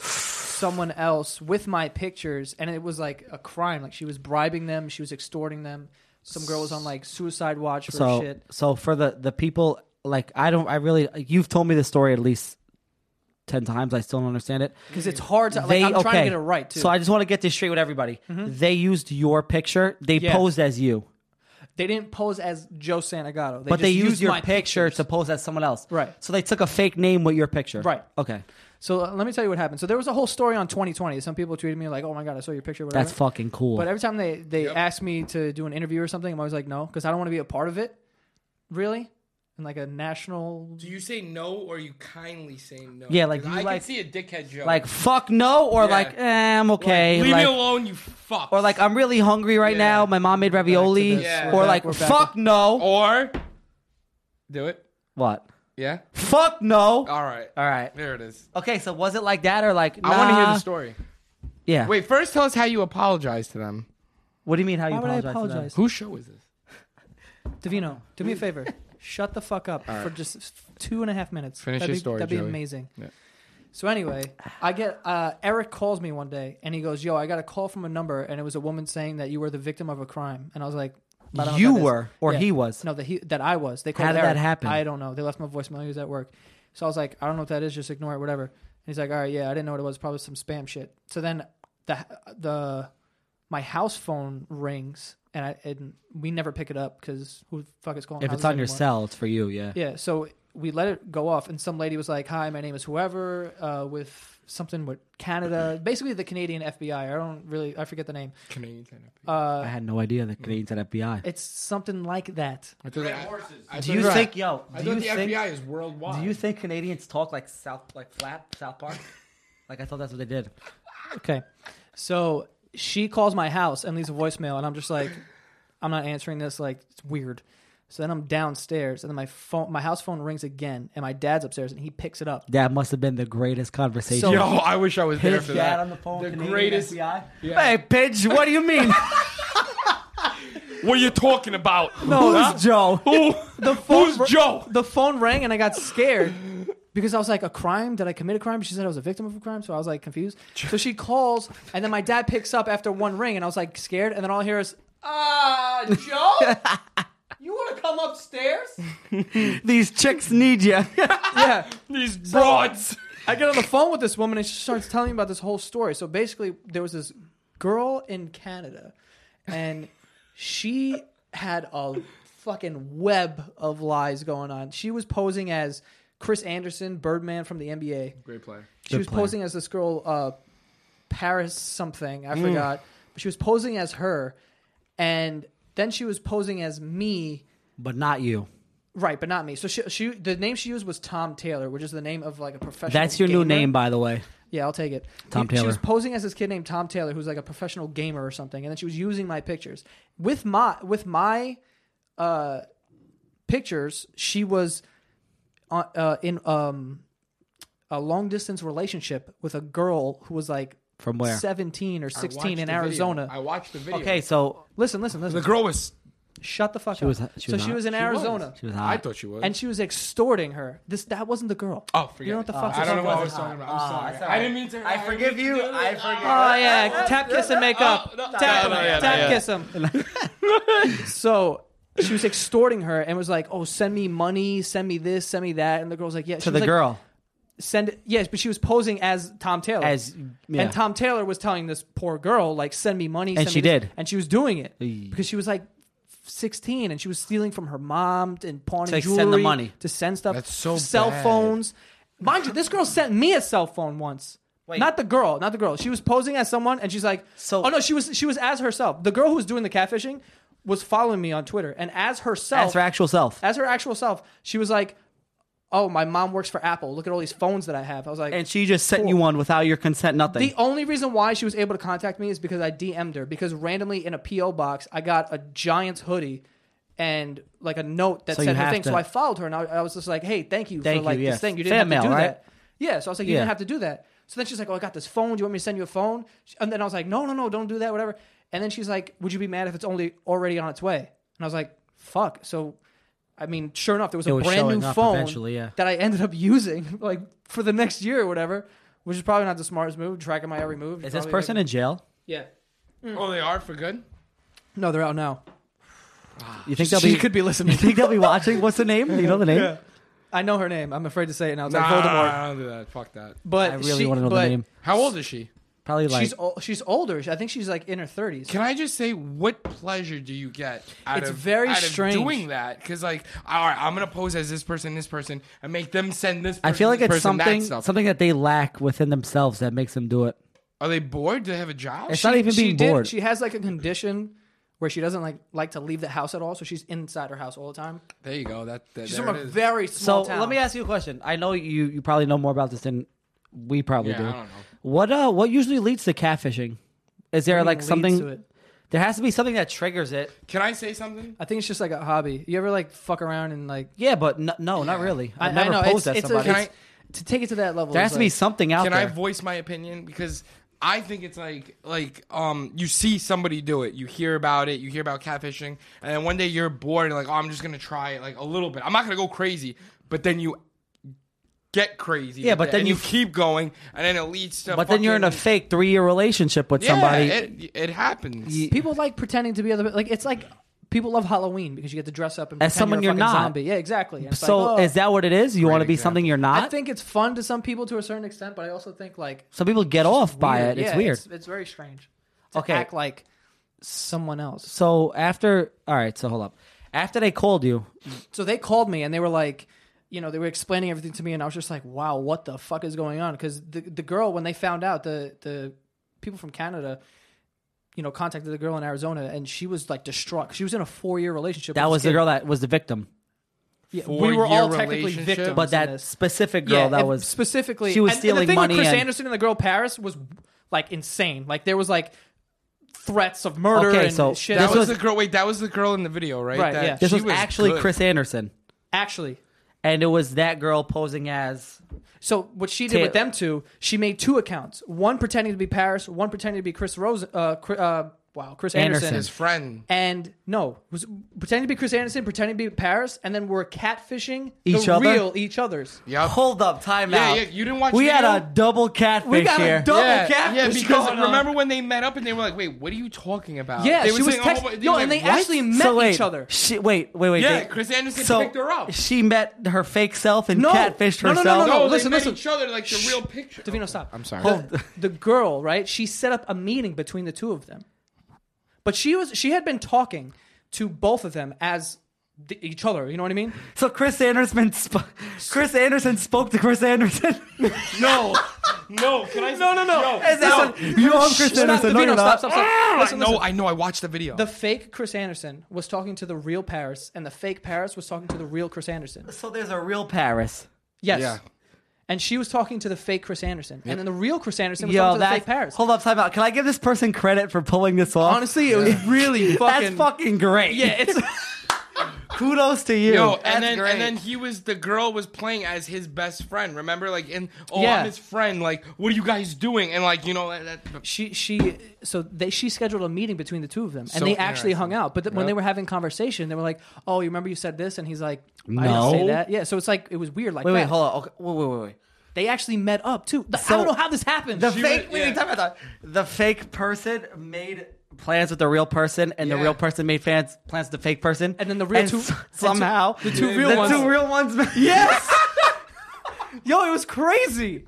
Speaker 1: someone else with my pictures and it was like a crime like she was bribing them she was extorting them some girl was on like suicide watch for
Speaker 2: So
Speaker 1: shit
Speaker 2: so for the the people like I don't I really you've told me the story at least 10 times. I still don't understand it.
Speaker 1: because it's hard to. Like, I'm trying to get it right too. Mm-hmm.
Speaker 2: So I just want to get this straight with everybody. They used your picture. They
Speaker 1: Yeah.
Speaker 2: posed as you.
Speaker 1: they didn't pose as Joe Santagato, they
Speaker 2: but they
Speaker 1: just
Speaker 2: used,
Speaker 1: used
Speaker 2: your
Speaker 1: my
Speaker 2: picture
Speaker 1: pictures.
Speaker 2: to pose as someone else.
Speaker 1: Right.
Speaker 2: So they took a fake name with your picture.
Speaker 1: Right.
Speaker 2: Okay.
Speaker 1: So uh, let me tell you what happened. So there was a whole story on 2020. Some people tweeted me like, "Oh my god, I saw your picture." Whatever.
Speaker 2: That's fucking cool.
Speaker 1: But uh, every time they they asked me to do an interview or something, I'm always like, "No," because I don't want to be a part of it. Really, and like a national.
Speaker 3: Do you say no or you kindly say no?
Speaker 2: Yeah, like,
Speaker 3: 'Cause
Speaker 2: you
Speaker 3: I
Speaker 2: like-
Speaker 3: can see a dickhead Joe.
Speaker 2: like fuck no or
Speaker 3: Yeah.
Speaker 2: like eh, I'm okay.
Speaker 3: leave
Speaker 2: like-
Speaker 3: me alone, you fuck.
Speaker 2: Or like I'm really hungry right
Speaker 3: Yeah.
Speaker 2: now. My mom made ravioli.
Speaker 1: this.
Speaker 3: Yeah.
Speaker 2: Or
Speaker 3: We're
Speaker 1: back,
Speaker 2: like
Speaker 1: Oh. we're back.
Speaker 2: fuck no.
Speaker 3: or do it.
Speaker 2: What?
Speaker 3: Yeah.
Speaker 2: Fuck no.
Speaker 1: Oh.
Speaker 3: All right.
Speaker 2: All right.
Speaker 3: There it is.
Speaker 2: Okay. So was it like that or like? Nah.
Speaker 3: I want to hear the story.
Speaker 2: Yeah.
Speaker 3: Wait, first tell us how you apologize to them.
Speaker 2: What do you mean? How you
Speaker 1: Why would I
Speaker 2: apologize? to them?
Speaker 1: apologize,
Speaker 3: Whose show is this?
Speaker 1: Davino? Do
Speaker 2: <laughs>
Speaker 1: me a favor. Shut the fuck up for just f- two and a half minutes.
Speaker 3: Finish
Speaker 1: that'd
Speaker 3: your
Speaker 1: be,
Speaker 3: story,
Speaker 1: That'd be
Speaker 3: Joey.
Speaker 1: amazing.
Speaker 3: Yeah.
Speaker 1: So anyway, I get uh, Eric calls me one day and he goes, "Yo, I got a call from a number and it was a woman saying that you were the victim of a crime." And I was like, "I don't know what
Speaker 2: You
Speaker 1: that is."
Speaker 2: were, or
Speaker 1: Yeah.
Speaker 2: he was.
Speaker 1: No, that he that I was. They called
Speaker 2: did
Speaker 1: Eric.
Speaker 2: that happen?
Speaker 1: I don't know. They left my voicemail. He was at work, so I was like, "I don't know what that is. Just ignore it, whatever." And he's like, "All right, yeah, I didn't know what it was. Probably some spam shit." So then the the my house phone rings and I and we never pick it up because who the fuck is calling?
Speaker 2: If it's
Speaker 1: houses
Speaker 2: on your
Speaker 1: anymore?
Speaker 2: cell, it's for you. Yeah.
Speaker 1: Yeah, so we let it go off, and some lady was like, "Hi, my name is whoever uh, with something with Canada, basically the Canadian FBI. I don't really, I forget the name. Uh,
Speaker 3: Canadian stand-up.
Speaker 2: I had no idea the Canadians had FBI.
Speaker 1: It's something like that.
Speaker 3: I thought
Speaker 4: Red
Speaker 3: the-
Speaker 4: horses.
Speaker 3: I
Speaker 2: Do
Speaker 3: thought
Speaker 2: you
Speaker 3: the-
Speaker 2: think, yo?
Speaker 3: I
Speaker 2: Do you
Speaker 3: thought the
Speaker 2: think?
Speaker 3: FBI is worldwide.
Speaker 2: Do you think Canadians talk like South, like flat South Park? <laughs> like I thought that's what they did.
Speaker 1: Okay, so she calls my house and leaves a voicemail, and I'm just like, I'm not answering this. Like it's weird. So then I'm downstairs, and then my phone, my house phone rings again, and my dad's upstairs, and he picks it up.
Speaker 2: That must have been the greatest conversation.
Speaker 1: So-
Speaker 3: Yo, I wish I was there
Speaker 2: His
Speaker 3: for
Speaker 2: dad
Speaker 3: that.
Speaker 2: on the phone.
Speaker 3: The
Speaker 2: Canadian
Speaker 3: greatest.
Speaker 2: FBI.
Speaker 3: Yeah.
Speaker 2: Hey, Pidge, what do you mean?
Speaker 3: What are you talking about?
Speaker 1: <laughs> No,
Speaker 3: Huh?
Speaker 1: it's Joe.
Speaker 3: Who?
Speaker 1: The phone
Speaker 3: Who's Joe?
Speaker 1: The phone rang and I got scared because I was like, a crime? Did I commit a crime? She said I was a victim of a crime, so I was like confused. So she calls, and then my dad picks up after one ring, and I was like scared, and then all I hear is, "Ah, Joe,
Speaker 3: <laughs>
Speaker 1: you want to come upstairs?"
Speaker 2: These chicks need you.
Speaker 1: Yeah.
Speaker 3: These broads.
Speaker 1: I get on the phone with this woman and she starts telling me about this whole story. So basically, there was this girl in Canada, and she had a fucking web of lies going on. She was posing as Chris Anderson, Birdman from the NBA.
Speaker 3: Great player.
Speaker 1: She was
Speaker 2: player.
Speaker 1: posing as this girl, uh, Paris something,
Speaker 2: Mm.
Speaker 1: I forgot. But she was posing as her, and then she was posing as me.
Speaker 2: <laughs> but not you.
Speaker 1: Right, but not me. So she, she, the name she used was Tom Taylor, which is the name of like a professional.
Speaker 2: That's your new
Speaker 1: gamer.
Speaker 2: name, by the way.
Speaker 1: Yeah, I'll take it.
Speaker 2: Tom
Speaker 1: She was
Speaker 2: Taylor.
Speaker 1: posing as this kid named Tom Taylor, who's like a professional gamer or something, and then she was using my pictures with my with my uh, pictures. She was on, uh, in um, a long distance relationship with a girl who was like
Speaker 2: From where?
Speaker 1: seventeen or
Speaker 3: I
Speaker 1: sixteen
Speaker 3: watched
Speaker 1: in
Speaker 3: the video.
Speaker 1: Arizona.
Speaker 3: I watched the video.
Speaker 2: Okay, so
Speaker 1: Listen, listen, listen.
Speaker 3: The girl was.
Speaker 1: Shut the fuck up.
Speaker 2: was-
Speaker 1: so
Speaker 2: she was
Speaker 1: she
Speaker 2: hot.
Speaker 1: was in
Speaker 2: She
Speaker 1: Arizona.
Speaker 2: she was
Speaker 3: I
Speaker 2: hot.
Speaker 3: thought she was.
Speaker 1: And she was extorting her. This that wasn't the girl.
Speaker 3: oh, forget
Speaker 1: you know
Speaker 3: it.
Speaker 1: what the fuck?
Speaker 3: I don't know
Speaker 1: this
Speaker 3: what I
Speaker 1: was. Ah,
Speaker 3: was talking about.
Speaker 2: Ah.
Speaker 3: I'm sorry.
Speaker 4: sorry.
Speaker 3: I didn't mean to.
Speaker 4: I forgive you. I
Speaker 2: <laughs>
Speaker 4: forgive.
Speaker 1: Oh yeah, tap kiss and make up.
Speaker 3: no, no,
Speaker 1: tap
Speaker 3: no, no, yeah, no,
Speaker 1: tap
Speaker 3: yeah.
Speaker 1: kiss him.
Speaker 2: <laughs>
Speaker 1: so she was extorting her and was like, "Oh, send me money, send me this, send me that," and the girl's like, "Yeah." She
Speaker 2: to
Speaker 1: was
Speaker 2: the
Speaker 1: like,
Speaker 2: girl.
Speaker 1: send it. Yes, but she was posing as Tom Taylor.
Speaker 2: As- yeah.
Speaker 1: and Tom Taylor was telling this poor girl like, "Send me money," send
Speaker 2: she
Speaker 1: me this,"
Speaker 2: did.
Speaker 1: and she was doing it
Speaker 2: Eey.
Speaker 1: because she was like. 16 and she was stealing from her mom and pawning
Speaker 2: To, like,
Speaker 1: jewelry
Speaker 2: send the money.
Speaker 1: to send stuff
Speaker 3: That's so
Speaker 1: cell
Speaker 3: bad.
Speaker 1: phones mind you this girl sent me a cell phone once
Speaker 2: Wait.
Speaker 1: not the girl not the girl she was posing as someone and she's like
Speaker 2: So-
Speaker 1: oh no she was she was as herself the girl who was doing the catfishing was following me on twitter and as herself
Speaker 2: That's her actual self.
Speaker 1: as her actual self, she was like, "Oh, my mom works for Apple. Look at all these phones that I have." I was like,
Speaker 2: And she just sent you one without your consent, nothing.
Speaker 1: the only reason why she was able to contact me is because I DM'd her because randomly in a PO box I got a Giants hoodie and like a note that
Speaker 2: So you
Speaker 1: said her
Speaker 2: have
Speaker 1: thing.
Speaker 2: to-
Speaker 1: So I followed her and I, I was just like, "Hey, thank you
Speaker 2: Thank
Speaker 1: for
Speaker 2: you,
Speaker 1: like this
Speaker 2: yes.
Speaker 1: thing. You
Speaker 2: Fan
Speaker 1: didn't have to
Speaker 2: mail,
Speaker 1: do
Speaker 2: right?
Speaker 1: that." Yeah, so I was like, "You
Speaker 2: Yeah.
Speaker 1: didn't have to do that." So then she's like, "Oh, I got this phone. Do you want me to send you a phone?" She- And then I was like, "No, no, no, don't do that. Whatever." And then she's like, "Would you be mad if it's only already on its way?" And I was like, "Fuck." So. I mean, sure enough, there was a
Speaker 2: was
Speaker 1: brand
Speaker 2: showing
Speaker 1: new
Speaker 2: up
Speaker 1: phone
Speaker 2: eventually, yeah.
Speaker 1: that I ended up using <laughs> like for the next year or whatever, which is probably not the smartest move. Tracking my every move
Speaker 2: Is this
Speaker 1: Probably,
Speaker 2: person
Speaker 1: like-
Speaker 2: in jail?
Speaker 1: yeah.
Speaker 3: Oh, they are for good.
Speaker 1: No, they're out
Speaker 2: <laughs>
Speaker 1: now.
Speaker 2: You think they'll
Speaker 1: she
Speaker 2: be?
Speaker 1: could be listening.
Speaker 2: <laughs> you think they'll be watching? What's the name? You know the name?
Speaker 1: I know her name. I'm afraid to say it now. It's like
Speaker 3: Nah,
Speaker 1: Voldemort.
Speaker 3: I don't do that. Fuck that.
Speaker 1: But
Speaker 2: I really
Speaker 1: she-
Speaker 2: want to know
Speaker 1: but
Speaker 2: the name.
Speaker 3: How old is she?
Speaker 2: Probably like
Speaker 1: She's ol- she's older. I think she's like in her 30s.
Speaker 3: Can I just say, what pleasure do you get out
Speaker 1: It's
Speaker 3: of
Speaker 1: very
Speaker 3: out
Speaker 1: strange.
Speaker 3: of doing that? Because like, all right, I'm gonna pose as this person, this person, and make them send this.
Speaker 2: I
Speaker 3: Person,
Speaker 2: feel like
Speaker 3: this
Speaker 2: it's
Speaker 3: person, that
Speaker 2: something
Speaker 3: stuff.
Speaker 2: something that they lack within themselves that makes them do it.
Speaker 3: Are they bored? Do they have a job?
Speaker 2: It's not even
Speaker 1: she
Speaker 2: being
Speaker 1: did-
Speaker 2: bored.
Speaker 1: She has like a condition where she doesn't like like to leave the house at all, so she's inside her house all the time.
Speaker 3: there you go. That, that
Speaker 1: She's
Speaker 3: there
Speaker 1: from
Speaker 3: it
Speaker 1: a
Speaker 3: is.
Speaker 1: very
Speaker 2: So
Speaker 1: small town.
Speaker 2: let me ask you a question. I know you you probably know more about this than we probably
Speaker 3: Yeah,
Speaker 2: do.
Speaker 3: I don't know.
Speaker 2: What uh what usually leads to catfishing? Is there
Speaker 1: What do you
Speaker 2: like
Speaker 1: mean
Speaker 2: something
Speaker 1: leads to it?
Speaker 2: there has to be something that triggers it.
Speaker 3: Can I say something?
Speaker 1: I think it's just like a hobby. You ever like fuck around and like
Speaker 2: Yeah, but no, no not really. I've never
Speaker 1: know,
Speaker 2: posed at
Speaker 1: it's,
Speaker 2: somebody.
Speaker 1: It's a, it's, to take it to that level.
Speaker 2: there
Speaker 1: is,
Speaker 2: has to be
Speaker 1: like-
Speaker 2: something out
Speaker 3: Can
Speaker 2: there.
Speaker 3: I voice my opinion? Because I think it's like like um you see somebody do it, you hear about it, you hear about catfishing, and then one day you're bored and like, oh, I'm just gonna try it like a little bit. I'm not gonna go crazy, but then you get crazy.
Speaker 2: Yeah, but
Speaker 3: and
Speaker 2: then
Speaker 3: you
Speaker 2: you-
Speaker 3: keep going, and then it leads to.
Speaker 2: but then you're in a
Speaker 3: fucking-
Speaker 2: fake three year relationship with
Speaker 3: Yeah,
Speaker 2: somebody.
Speaker 3: It, it happens.
Speaker 1: people like pretending to be other. Like it's like people love Halloween because you get to dress up and
Speaker 2: As
Speaker 1: pretend
Speaker 2: someone
Speaker 1: you're, a
Speaker 2: you're
Speaker 1: fucking
Speaker 2: not.
Speaker 1: zombie. Yeah, exactly. And it's
Speaker 2: so
Speaker 1: like, oh.
Speaker 2: is that what it is? You want to be
Speaker 3: example.
Speaker 2: something you're
Speaker 1: I
Speaker 2: not?
Speaker 1: think it's fun to some people to a certain extent, but I also think like
Speaker 2: some people get off by
Speaker 1: weird.
Speaker 2: it. It's
Speaker 1: Yeah,
Speaker 2: weird.
Speaker 1: It's, it's very strange. To
Speaker 2: Okay.
Speaker 1: act like someone else.
Speaker 2: so after all right, so hold up. After they called you,
Speaker 1: So they called me and they were like, you know, they were explaining everything to me, and I was just like, wow, what the fuck is going on? Because the the girl when they found out the the people from Canada. You know, contacted the girl in Arizona, and she was like distraught. She was in a four-year relationship.
Speaker 2: that
Speaker 1: with
Speaker 2: was
Speaker 1: this
Speaker 2: the
Speaker 1: kid.
Speaker 2: girl that was the victim.
Speaker 1: Yeah,
Speaker 3: four
Speaker 1: we were all
Speaker 3: year
Speaker 1: technically
Speaker 3: relationship.
Speaker 1: victims.
Speaker 2: But
Speaker 1: in
Speaker 2: that
Speaker 1: this.
Speaker 2: specific girl
Speaker 1: Yeah,
Speaker 2: that
Speaker 1: and
Speaker 2: was
Speaker 1: specifically
Speaker 2: she was
Speaker 1: and- and
Speaker 2: stealing
Speaker 1: the thing
Speaker 2: money
Speaker 1: With Chris
Speaker 2: and-
Speaker 1: Anderson and the girl Paris was like insane. Like there was like threats of murder
Speaker 2: Okay,
Speaker 1: and
Speaker 2: so
Speaker 1: shit.
Speaker 3: That
Speaker 2: This
Speaker 3: was,
Speaker 2: was-
Speaker 3: the girl. Wait, that was the girl in the video, right?
Speaker 1: Right,
Speaker 3: That-
Speaker 1: yeah.
Speaker 2: This
Speaker 3: she
Speaker 2: was, actually
Speaker 3: good.
Speaker 2: Chris Anderson,
Speaker 1: actually.
Speaker 2: and it was that girl posing as.
Speaker 1: So what she did
Speaker 2: Ta-
Speaker 1: with them two, she made two accounts: one pretending to be Paris, one pretending to be Chris Rose, uh, Chri- uh, wow, Chris
Speaker 2: Anderson.
Speaker 1: Anderson
Speaker 3: His friend.
Speaker 1: and no, was pretending to be Chris Anderson, pretending to be Paris, and then we're catfishing
Speaker 2: Each
Speaker 1: the
Speaker 2: other?
Speaker 1: real each other's.
Speaker 3: Yep.
Speaker 2: Hold up, time
Speaker 3: Yeah,
Speaker 2: out.
Speaker 3: yeah, you didn't watch
Speaker 2: We had
Speaker 3: video?
Speaker 2: a double catfish
Speaker 1: We got a
Speaker 2: here.
Speaker 1: double
Speaker 3: yeah,
Speaker 1: catfish
Speaker 3: yeah, because
Speaker 1: going on.
Speaker 3: remember when they met up and they were like, "Wait, what are you talking about?"
Speaker 1: Yeah,
Speaker 3: they
Speaker 1: she was
Speaker 3: saying a whole
Speaker 1: text-
Speaker 3: bu-
Speaker 1: no,
Speaker 3: were
Speaker 1: and
Speaker 3: like,
Speaker 1: they
Speaker 3: "What?"
Speaker 1: actually met
Speaker 2: so wait,
Speaker 1: each other.
Speaker 2: She, wait, wait, wait.
Speaker 3: Yeah,
Speaker 2: they-
Speaker 3: Chris Anderson
Speaker 2: so
Speaker 3: picked her up.
Speaker 2: She met her fake self and
Speaker 1: No.
Speaker 2: catfished
Speaker 1: No, no, no,
Speaker 2: herself.
Speaker 1: no,
Speaker 3: No,
Speaker 1: no.
Speaker 3: they
Speaker 1: listen,
Speaker 3: met
Speaker 1: listen.
Speaker 3: each other like the real picture.
Speaker 1: Davino, stop.
Speaker 3: I'm sorry.
Speaker 1: The,
Speaker 3: <laughs>
Speaker 1: the girl, right? She set up a meeting between the two of them, but she was she had been talking to both of them as the, each other. You know what I mean?
Speaker 2: So Chris Anderson, sp- Chris Anderson spoke to Chris Anderson. <laughs>
Speaker 3: No, <laughs> no. Can I? No, no, no.
Speaker 2: Is that some- you own Chris
Speaker 1: Stop,
Speaker 2: Anderson? No,
Speaker 1: Davino,
Speaker 2: you're
Speaker 1: stop,
Speaker 2: not. Ah,
Speaker 1: stop, stop.
Speaker 3: I
Speaker 1: Listen,
Speaker 3: know.
Speaker 1: listen.
Speaker 3: I know. I watched the video.
Speaker 1: The fake Chris Anderson was talking to the real Paris, and the fake Paris was talking to the real Chris Anderson.
Speaker 2: So there's a real Paris.
Speaker 1: Yes.
Speaker 3: Yeah.
Speaker 1: And she was talking to the fake Chris Anderson, and then the real Chris Anderson was
Speaker 2: Yo,
Speaker 1: talking to the
Speaker 2: that
Speaker 1: fake Paris.
Speaker 2: hold up, time out. Can I give this person credit for pulling this off?
Speaker 1: Honestly, it was really
Speaker 2: <laughs> that's
Speaker 1: fucking.
Speaker 2: fucking great.
Speaker 1: Yeah, it's
Speaker 2: <laughs> kudos to you.
Speaker 3: Yo,
Speaker 2: That's
Speaker 3: and then
Speaker 2: great.
Speaker 3: and then he was the girl was playing as his best friend. Remember, like, and oh,
Speaker 1: Yeah.
Speaker 3: I'm his friend. Like, what are you guys doing? And like, you know, that, that-
Speaker 1: she she so they she scheduled a meeting between the two of them, and
Speaker 3: So
Speaker 1: they actually
Speaker 3: interesting.
Speaker 1: hung out. But th- when
Speaker 3: Yep.
Speaker 1: they were having conversation, they were like, "Oh, you remember you said this?" And he's like, "I
Speaker 2: No.
Speaker 1: didn't say that." Yeah, so it's like it was weird. Like
Speaker 2: wait,
Speaker 1: that.
Speaker 2: wait, hold on. Okay, wait, wait, wait, wait.
Speaker 1: They actually met up too. The-
Speaker 2: So-
Speaker 1: I don't know how this happened.
Speaker 2: The
Speaker 3: She
Speaker 2: fake,
Speaker 3: was-
Speaker 2: wait, wait,
Speaker 3: yeah.
Speaker 2: time out, time out. the fake person made plans with the real person, and the
Speaker 3: Yeah.
Speaker 2: real person made fans plans with the fake person,
Speaker 1: And then the real two-
Speaker 2: s-
Speaker 1: and two-
Speaker 2: somehow
Speaker 1: the two real
Speaker 2: the
Speaker 1: ones-
Speaker 2: two real ones.
Speaker 1: <laughs>
Speaker 2: Yes. <laughs>
Speaker 1: Yo, it was crazy.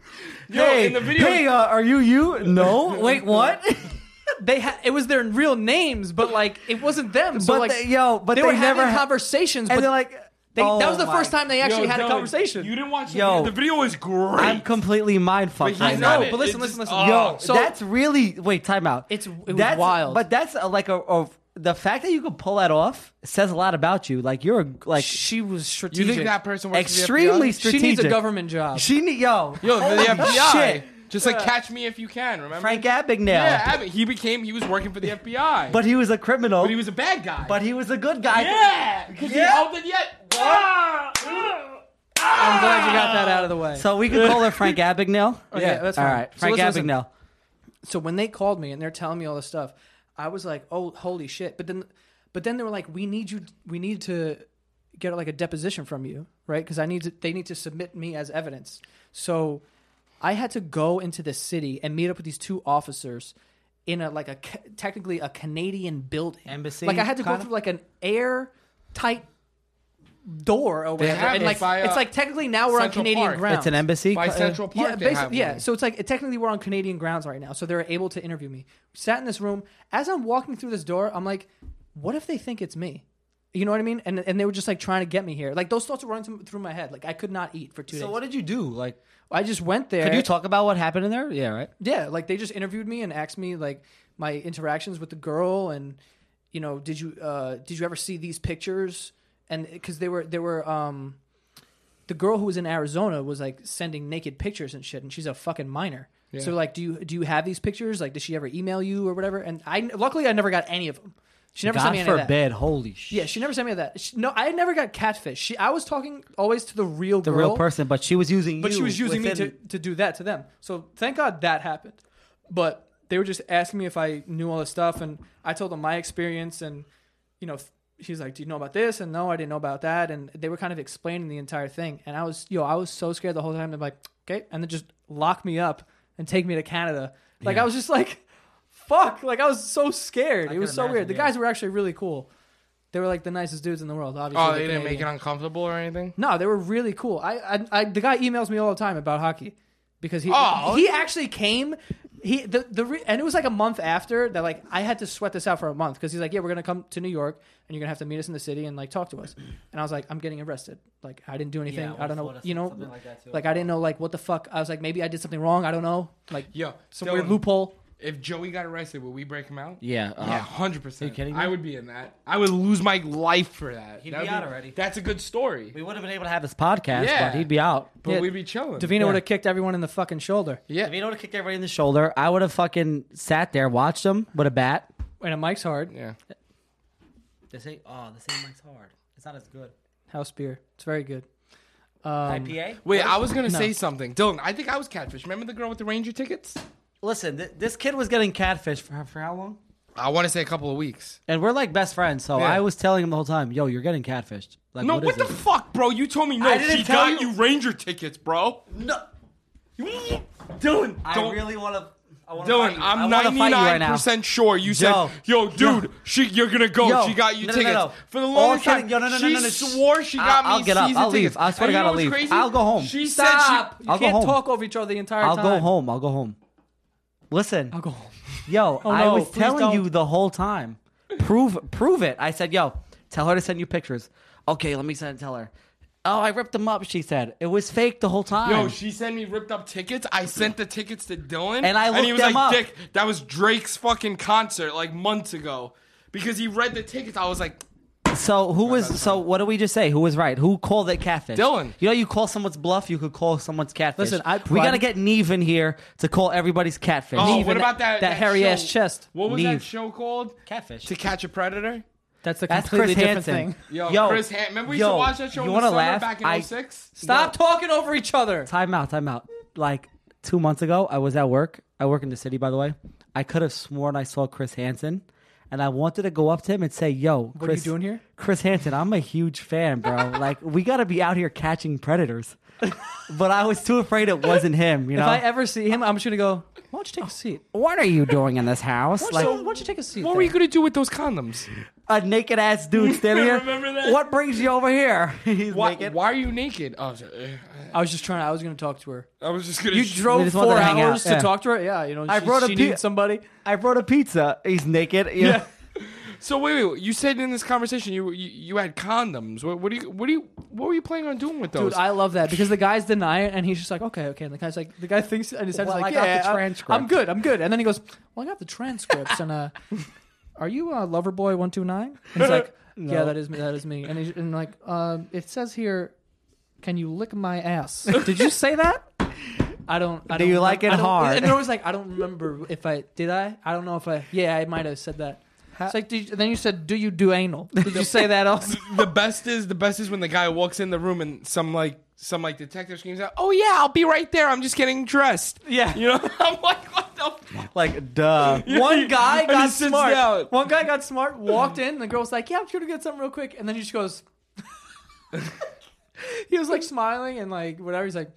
Speaker 3: yo,
Speaker 2: hey,
Speaker 3: in the video,
Speaker 2: hey, uh, are you you? No. Wait, <laughs> what?
Speaker 1: They had it was their real names, but like it wasn't them. So
Speaker 2: But
Speaker 1: like
Speaker 2: they- yo, but
Speaker 1: they,
Speaker 2: they
Speaker 1: were
Speaker 2: never
Speaker 1: having
Speaker 2: ha-
Speaker 1: conversations.
Speaker 2: and
Speaker 1: but
Speaker 2: they're like,
Speaker 1: they,
Speaker 2: oh
Speaker 1: that was the
Speaker 2: my-
Speaker 1: first time they
Speaker 3: Yo,
Speaker 1: actually had a
Speaker 3: Dylan,
Speaker 1: conversation.
Speaker 3: You didn't watch the
Speaker 2: Yo.
Speaker 3: video. The video is great.
Speaker 2: I'm completely mind fucked.
Speaker 3: he's
Speaker 2: right
Speaker 3: not
Speaker 2: now.
Speaker 1: No,
Speaker 3: it.
Speaker 1: but listen,
Speaker 3: It's
Speaker 1: listen,
Speaker 3: just-
Speaker 1: listen.
Speaker 3: oh.
Speaker 2: Yo,
Speaker 1: So-
Speaker 2: that's really wait. Time out.
Speaker 1: It's- it was
Speaker 2: that's,
Speaker 1: wild.
Speaker 2: but that's uh like a, a the fact that you can pull that off says a lot about you. Like you're a, like
Speaker 1: she was
Speaker 3: you
Speaker 1: strategic.
Speaker 3: think that person works for the
Speaker 2: extremely
Speaker 3: FBI?
Speaker 1: she
Speaker 2: strategic.
Speaker 1: needs a government job.
Speaker 2: She need yo
Speaker 3: Yo, for
Speaker 2: holy
Speaker 3: the FBI.
Speaker 2: shit.
Speaker 3: Just like catch me if you can. Remember
Speaker 2: Frank Abagnale.
Speaker 3: Yeah, Abbott. He became. He was working for the FBI.
Speaker 2: but he was a criminal.
Speaker 3: but he was a bad guy.
Speaker 2: but he was a good guy.
Speaker 3: yeah, because
Speaker 2: Yeah.
Speaker 3: he helped it yet. Ah! Ah!
Speaker 1: I'm glad you got that out of the way.
Speaker 2: So we <laughs> could call her Frank <laughs> Abagnale.
Speaker 1: yeah, that's fine.
Speaker 2: All right,
Speaker 1: So
Speaker 2: Frank
Speaker 1: listen, listen.
Speaker 2: Abagnale.
Speaker 1: so when they called me and they're telling me all this stuff, I was like, "Oh, holy shit!" But then, but then they were like, "We need you. We need to get like a deposition from you, right? Because I need to. They need to submit me as evidence." So I had to go into the city and meet up with these two officers in a like a ca- technically a Canadian building
Speaker 2: Embassy,
Speaker 1: Like I had to go
Speaker 2: kinda?
Speaker 1: through like an airtight door or whatever,
Speaker 3: have
Speaker 1: and
Speaker 3: it
Speaker 1: like
Speaker 3: by, uh,
Speaker 1: it's like technically now we're on
Speaker 3: Central
Speaker 1: Canadian
Speaker 3: Park.
Speaker 1: ground.
Speaker 2: It's an embassy.
Speaker 3: By
Speaker 2: Uh,
Speaker 3: Central Park.
Speaker 1: Yeah,
Speaker 3: they
Speaker 1: basi-
Speaker 3: have
Speaker 1: yeah.
Speaker 3: one.
Speaker 1: So it's like technically we're on Canadian grounds right now, so they're able to interview me. Sat in this room. As I'm walking through this door, I'm like, what if they think it's me? You know what I mean? And and they were just like trying to get me here. Like those thoughts were running through- through my head. Like I could not eat for two
Speaker 2: So
Speaker 1: days.
Speaker 2: what did you do? Like,
Speaker 1: I just went there.
Speaker 2: could you talk about what happened in there? Yeah, right.
Speaker 1: Yeah, like they just interviewed me and asked me like my interactions with the girl and you know did you uh did you ever see these pictures and because they were they were um the girl who was in Arizona was like sending naked pictures and shit and she's a fucking minor so like do you do you have these pictures like did she ever email you or whatever and I luckily I never got any of them she never
Speaker 2: God
Speaker 1: sent me any of that
Speaker 2: forbid. Holy shit.
Speaker 1: yeah she never sent me that she, no I never got catfish she I was talking always to the real
Speaker 2: the real person, but she was using.
Speaker 1: but
Speaker 2: you
Speaker 1: she was using me to,
Speaker 2: within-
Speaker 1: to do that to them. So thank God that happened. But they were just asking me if I knew all this stuff, and I told them my experience, and you know, th- he's like, "Do you know about this?" And no, I didn't know about that. And they were kind of explaining the entire thing, and I was, yo, I was so scared the whole time. They're like, "Okay," and then just lock me up and take me to Canada. Like I was just like, "Fuck!" Like I was so scared. it was so
Speaker 2: imagine,
Speaker 1: weird. The
Speaker 2: yeah.
Speaker 1: guys were actually really cool. They were like the nicest dudes in the world. Obviously,
Speaker 3: Oh,
Speaker 1: they're
Speaker 3: they didn't make
Speaker 1: Canadian.
Speaker 3: it uncomfortable or anything.
Speaker 1: No, they were really cool. I, I, I the guy emails me all the time about hockey because he
Speaker 3: Oh.
Speaker 1: he actually came. He the the re, and it was like a month after that. Like I had to sweat this out for a month because he's like, yeah, we're gonna come to New York and you're gonna have to meet us in the city and like talk to us. And I was like, I'm getting arrested. Like I didn't do anything. I don't know. You know, like, I didn't know like what the fuck. I was like, maybe I did something wrong. I don't know. Like
Speaker 3: Yeah,
Speaker 1: some
Speaker 3: Dylan,
Speaker 1: weird loophole.
Speaker 3: If Joey got arrested, would we break him out?
Speaker 2: Yeah, uh,
Speaker 3: Yeah, uh-huh. hundred percent.
Speaker 2: Are you kidding me?
Speaker 3: I would be in that. I would lose my life for that. He'd
Speaker 2: be out already.
Speaker 3: That's a good story.
Speaker 2: We would have been able to have this podcast,
Speaker 3: Yeah.
Speaker 2: but he'd be out.
Speaker 3: but
Speaker 2: yeah.
Speaker 3: we'd be chilling.
Speaker 1: Davina would have kicked everyone in the fucking shoulder.
Speaker 2: If he would have kicked everybody in the shoulder, I would have fucking sat there, watched him with a bat.
Speaker 1: And a Mike's hard
Speaker 3: yeah.
Speaker 2: This ain't oh, this ain't Mike's hard. It's not as good.
Speaker 1: house beer. It's very good. Um,
Speaker 2: IPA.
Speaker 3: Wait, I was gonna say something, Dylan. I think I was catfish. Remember the girl with the Ranger tickets?
Speaker 2: Listen, th- this kid was getting catfish for for how long?
Speaker 3: I want to say a couple of weeks.
Speaker 2: And we're like best friends, so
Speaker 3: Yeah.
Speaker 2: I was telling him the whole time, "Yo, you're getting catfished." Like,
Speaker 3: No,
Speaker 2: what,
Speaker 3: what,
Speaker 2: is
Speaker 3: the
Speaker 2: this?
Speaker 3: fuck, bro? You told me no.
Speaker 2: didn't
Speaker 3: She
Speaker 2: tell
Speaker 3: got
Speaker 2: you-
Speaker 3: you Ranger tickets, bro.
Speaker 2: No,
Speaker 3: Dylan, don't.
Speaker 2: want to.
Speaker 3: Dylan, I'm
Speaker 2: fight you right
Speaker 3: 99
Speaker 2: now.
Speaker 3: percent sure you
Speaker 2: Yo.
Speaker 3: said, "Yo, dude, she you're gonna go.
Speaker 2: Yo.
Speaker 3: she got you
Speaker 2: No, no, no,
Speaker 3: tickets
Speaker 2: no.
Speaker 3: for the
Speaker 2: All
Speaker 3: longest
Speaker 2: kidding.
Speaker 3: time."
Speaker 2: Yo, no, no, no,
Speaker 3: she
Speaker 2: no, no.
Speaker 3: swore she
Speaker 2: I'll-
Speaker 3: got me.
Speaker 2: I'll get up.
Speaker 3: season
Speaker 2: I'll leave.
Speaker 3: tickets.
Speaker 2: I swear
Speaker 3: And
Speaker 2: to
Speaker 3: you
Speaker 2: God,
Speaker 3: know
Speaker 2: I'll
Speaker 3: what's
Speaker 2: leave.
Speaker 3: crazy?
Speaker 2: I'll go home.
Speaker 3: She
Speaker 1: Stop!
Speaker 3: said
Speaker 1: you
Speaker 2: I'll go
Speaker 1: can't
Speaker 2: home.
Speaker 1: talk over each other the entire
Speaker 2: I'll
Speaker 1: time.
Speaker 2: go home. I'll go home. Listen,
Speaker 1: I'll go home.
Speaker 2: yo,
Speaker 1: Oh,
Speaker 2: I
Speaker 1: no,
Speaker 2: was
Speaker 1: please
Speaker 2: telling
Speaker 1: don't.
Speaker 2: you the whole time. Prove, prove it. I said, yo, tell her to send you pictures. Okay, let me send. Tell her. Oh, I ripped them up. She said it was fake the whole time.
Speaker 3: she, yo, she sent me ripped up tickets. I sent the tickets to Dylan,
Speaker 2: And I
Speaker 3: he
Speaker 2: looked
Speaker 3: was
Speaker 2: them
Speaker 3: like,
Speaker 2: up.
Speaker 3: "Dick, that was Drake's fucking concert like months ago." Because he read the tickets, I was like,
Speaker 2: So who was? So what do we just say? Who was right? Who called it catfish?
Speaker 3: Dylan.
Speaker 2: You know, you call someone's bluff. You could call someone's catfish.
Speaker 1: Listen, I-
Speaker 2: we gotta get Neven here to call everybody's catfish.
Speaker 3: "Oh,
Speaker 1: Even
Speaker 3: what about that
Speaker 1: that hairy
Speaker 3: show-
Speaker 1: ass chest.
Speaker 3: What was
Speaker 2: Neve.
Speaker 3: that show called?
Speaker 2: catfish.
Speaker 3: To Catch a Predator.
Speaker 1: That's a
Speaker 2: That's
Speaker 1: completely
Speaker 2: Chris
Speaker 1: different
Speaker 2: Hansen.
Speaker 1: thing.
Speaker 3: Yo, Chris Han- Remember we used
Speaker 2: yo,
Speaker 3: to watch that show
Speaker 2: You
Speaker 3: in the
Speaker 2: wanna
Speaker 3: summer
Speaker 2: laugh?
Speaker 3: back
Speaker 2: I-
Speaker 3: in 06?
Speaker 1: Stop talking over each other.
Speaker 2: Time out, time out. Like two months ago, I was at work. I work in the city, by the way. I could have sworn I saw Chris Hansen, and I wanted to go up to him and say, "Yo,
Speaker 1: are
Speaker 2: Chris,
Speaker 1: you doing here?"
Speaker 2: Chris Hansen, I'm a huge fan,
Speaker 1: <laughs>
Speaker 2: bro. like, we got to be out here catching predators." but I was too afraid it wasn't him. You know,
Speaker 1: If I ever see him, I'm just gonna go. Why don't you take a seat?
Speaker 2: what are you doing in this house?
Speaker 1: Why
Speaker 2: Like
Speaker 1: don't you- why don't you take a seat?
Speaker 3: What were you
Speaker 1: there?
Speaker 3: gonna do with those condoms?
Speaker 2: a naked
Speaker 1: <laughs>
Speaker 2: ass dude standing here.
Speaker 3: Remember that?
Speaker 2: What brings you over here? <laughs> He's
Speaker 3: Why,
Speaker 2: naked.
Speaker 3: why are you naked? Oh, sorry.
Speaker 1: I was just trying. I was gonna talk to her.
Speaker 3: I was just gonna.
Speaker 1: You
Speaker 3: sh-
Speaker 2: we
Speaker 1: drove
Speaker 2: just wanted
Speaker 1: four
Speaker 2: to hang out,
Speaker 1: hours
Speaker 2: yeah.
Speaker 1: to talk to her. Yeah, you know.
Speaker 2: I
Speaker 1: she,
Speaker 2: wrote a
Speaker 1: she
Speaker 2: pe-
Speaker 1: needed somebody.
Speaker 2: I brought a pizza. He's naked.
Speaker 1: Yeah.
Speaker 3: so wait, wait, wait. You said in this conversation you you, you had condoms. What, what do you what do you what were you planning on doing with those?
Speaker 1: Dude, I love that because the guys deny it, and he's just like, okay, okay. And the guy's like, the guy thinks, and his head's
Speaker 2: Well,
Speaker 1: like,
Speaker 2: I got the
Speaker 1: yeah, I-
Speaker 2: transcript.
Speaker 1: I'm good, I'm good. And then he goes, well, I got the transcripts, and
Speaker 2: <laughs>
Speaker 1: uh, are you uh, lover boy one two nine? And he's like, yeah, that is me, that is me. And he's and like, um, it says here, can you lick my ass? Did you say
Speaker 2: <laughs>
Speaker 1: that? I don't. I
Speaker 2: Do
Speaker 1: don't
Speaker 2: you like
Speaker 1: I
Speaker 2: it
Speaker 1: don't-
Speaker 2: hard?
Speaker 1: And they're always like, I don't remember if I did. I I don't know if I. Yeah, I might have said that. It's like, did you, then you said, do you do anal? Did you say that
Speaker 2: <laughs>
Speaker 1: also?
Speaker 3: the best is the best is when the guy walks in the room and some like some like detective screams out, "Oh yeah, I'll be right there. I'm just getting dressed."
Speaker 1: Yeah.
Speaker 3: you know. <laughs> I'm like, what the. F-?
Speaker 2: <laughs> Like, duh.
Speaker 1: <laughs> One guy
Speaker 3: he
Speaker 1: got
Speaker 3: sits
Speaker 1: smart.
Speaker 3: down.
Speaker 1: One guy got smart, walked in, and the girl's like, Yeah, I'm sure to get something real quick. And then he just goes, <laughs> He was like smiling and like whatever. He's like,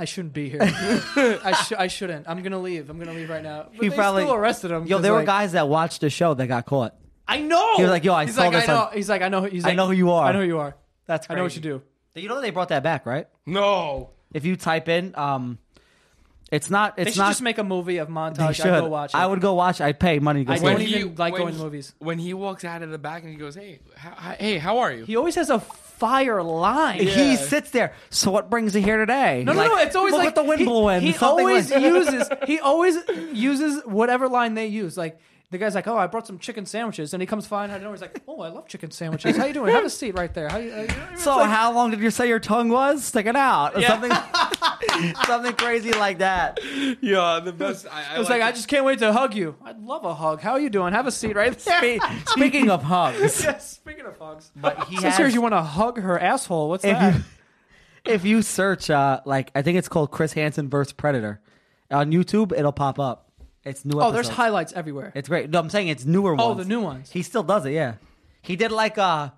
Speaker 1: I shouldn't be here. I, sh- I shouldn't. I'm going to leave. I'm going to leave right now. But
Speaker 2: He
Speaker 1: they
Speaker 2: probably-
Speaker 1: still arrested him.
Speaker 2: Yo,
Speaker 1: 'cause,
Speaker 2: there were
Speaker 1: like,
Speaker 2: guys that watched the show that got caught.
Speaker 1: I know.
Speaker 2: He was like, "Yo, I
Speaker 1: he's
Speaker 2: saw
Speaker 1: like,
Speaker 2: this
Speaker 1: I know.
Speaker 2: on-
Speaker 1: He's like, I know. He's
Speaker 2: I
Speaker 1: like,
Speaker 2: know who you are."
Speaker 1: I know who you are.
Speaker 2: That's
Speaker 1: I know what you do.
Speaker 2: You know they brought that back, right?
Speaker 3: No,
Speaker 2: If you type in, um, it's not.
Speaker 1: They
Speaker 2: It's
Speaker 1: should
Speaker 2: not.
Speaker 1: just make a movie of montage.
Speaker 2: they
Speaker 1: I
Speaker 2: should.
Speaker 1: go watch it.
Speaker 2: I would go watch. I'd pay money to
Speaker 1: I
Speaker 2: go. see
Speaker 1: don't
Speaker 2: it.
Speaker 1: even like
Speaker 3: when
Speaker 1: going to
Speaker 3: he-
Speaker 1: movies.
Speaker 3: When he walks out of the back and he goes, "Hey, how, hi- hey, how are you?"
Speaker 1: He always has a fire line.
Speaker 2: He
Speaker 3: Yeah.
Speaker 2: sits there. So what brings you here today?
Speaker 1: No, no, no. It's always
Speaker 2: look
Speaker 1: like
Speaker 2: at the wind
Speaker 1: he,
Speaker 2: blowing.
Speaker 1: He
Speaker 2: something
Speaker 1: always
Speaker 2: <laughs> like-
Speaker 1: uses. He always uses whatever line they use. Like the guy's like, "Oh, I brought some chicken sandwiches," and he comes flying out of nowhere. He's like, "Oh, I love chicken sandwiches. How you doing? Have a seat right there. How you?" Uh,
Speaker 2: So how long did you say your tongue was sticking out? Or Something, something <laughs> crazy
Speaker 1: <laughs>
Speaker 2: like that.
Speaker 3: yeah, the best. I,
Speaker 1: I was like, "I just can't wait to hug you. I'd love a hug. How you doing? Have a seat right there." <laughs>
Speaker 2: Spe- speaking of hugs,
Speaker 1: yes. Speaking of hugs,
Speaker 2: but he
Speaker 1: says
Speaker 2: has,
Speaker 1: here you want to hug her asshole. What's
Speaker 2: if
Speaker 1: that?
Speaker 2: you <laughs> if you search uh like I think it's called Chris Hansen versus Predator on YouTube, it'll pop up. It's new.
Speaker 1: oh, there's
Speaker 2: episodes.
Speaker 1: highlights everywhere.
Speaker 2: It's great. No, I'm saying it's newer ones.
Speaker 1: Oh, the new ones.
Speaker 2: He still does it. Yeah, he did like uh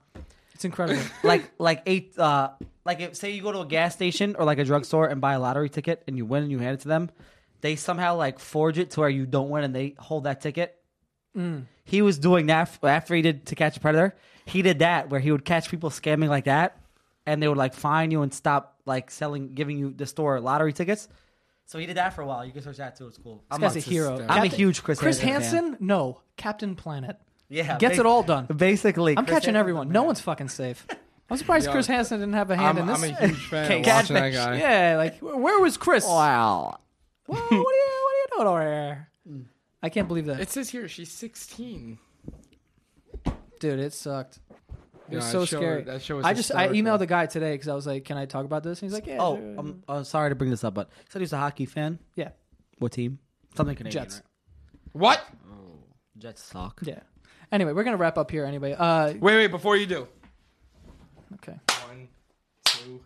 Speaker 1: It's
Speaker 2: <laughs>
Speaker 1: incredible.
Speaker 2: like like eight uh like if say you go to a gas station or like a drugstore and buy a lottery ticket and you win and you hand it to them, they somehow like forge it to where you don't win and they hold that ticket.
Speaker 1: Mm.
Speaker 2: He was doing that f- after he did to catch a predator. He did that where he would catch people scamming like that, and they would like fine you and stop like selling, giving you the store lottery tickets. So he did that for a while. You can search that too. It's cool. I'm
Speaker 1: guy's a
Speaker 2: nuts.
Speaker 1: hero.
Speaker 2: I'm a
Speaker 1: Captain-
Speaker 2: huge Chris.
Speaker 1: Chris
Speaker 2: Hansen. fan.
Speaker 1: Hansen? No, Captain Planet.
Speaker 2: Yeah,
Speaker 1: Gets
Speaker 2: basi-
Speaker 1: it all done.
Speaker 2: <laughs> Basically,
Speaker 1: I'm
Speaker 2: Chris
Speaker 1: catching
Speaker 2: Hansen's
Speaker 1: everyone.
Speaker 2: the
Speaker 1: No
Speaker 2: man.
Speaker 1: one's fucking safe. I'm surprised
Speaker 3: Yo,
Speaker 1: Chris Hansen didn't have a hand
Speaker 3: I'm,
Speaker 1: in
Speaker 3: I'm
Speaker 1: this. <laughs>
Speaker 2: <laughs>
Speaker 3: a huge fan of
Speaker 2: Catfish.
Speaker 3: watching that guy.
Speaker 1: yeah, like wh- where was Chris?
Speaker 2: Oh, Wow.
Speaker 1: <laughs> Whoa, what, are you, what are you doing over here?
Speaker 3: Hmm.
Speaker 1: I can't believe that,
Speaker 3: It says here she's 16.
Speaker 1: dude. It sucked. It was
Speaker 3: Yeah,
Speaker 1: so
Speaker 3: that show-
Speaker 1: scary.
Speaker 3: that show was
Speaker 1: I just I
Speaker 3: hysterical.
Speaker 1: emailed the guy today because I was like, "Can I talk about this?" And he's like, "Yeah,
Speaker 2: Oh,
Speaker 1: sure."
Speaker 2: I'm, uh, sorry to bring this up, but he said he's a hockey fan.
Speaker 1: yeah,
Speaker 2: What team? Something Canadian.
Speaker 1: Jets,
Speaker 3: What?
Speaker 2: right? Jets suck.
Speaker 1: yeah." Anyway, we're gonna wrap up here. Anyway, uh,
Speaker 3: Wait, wait. Before you do,
Speaker 1: okay.
Speaker 3: one, two.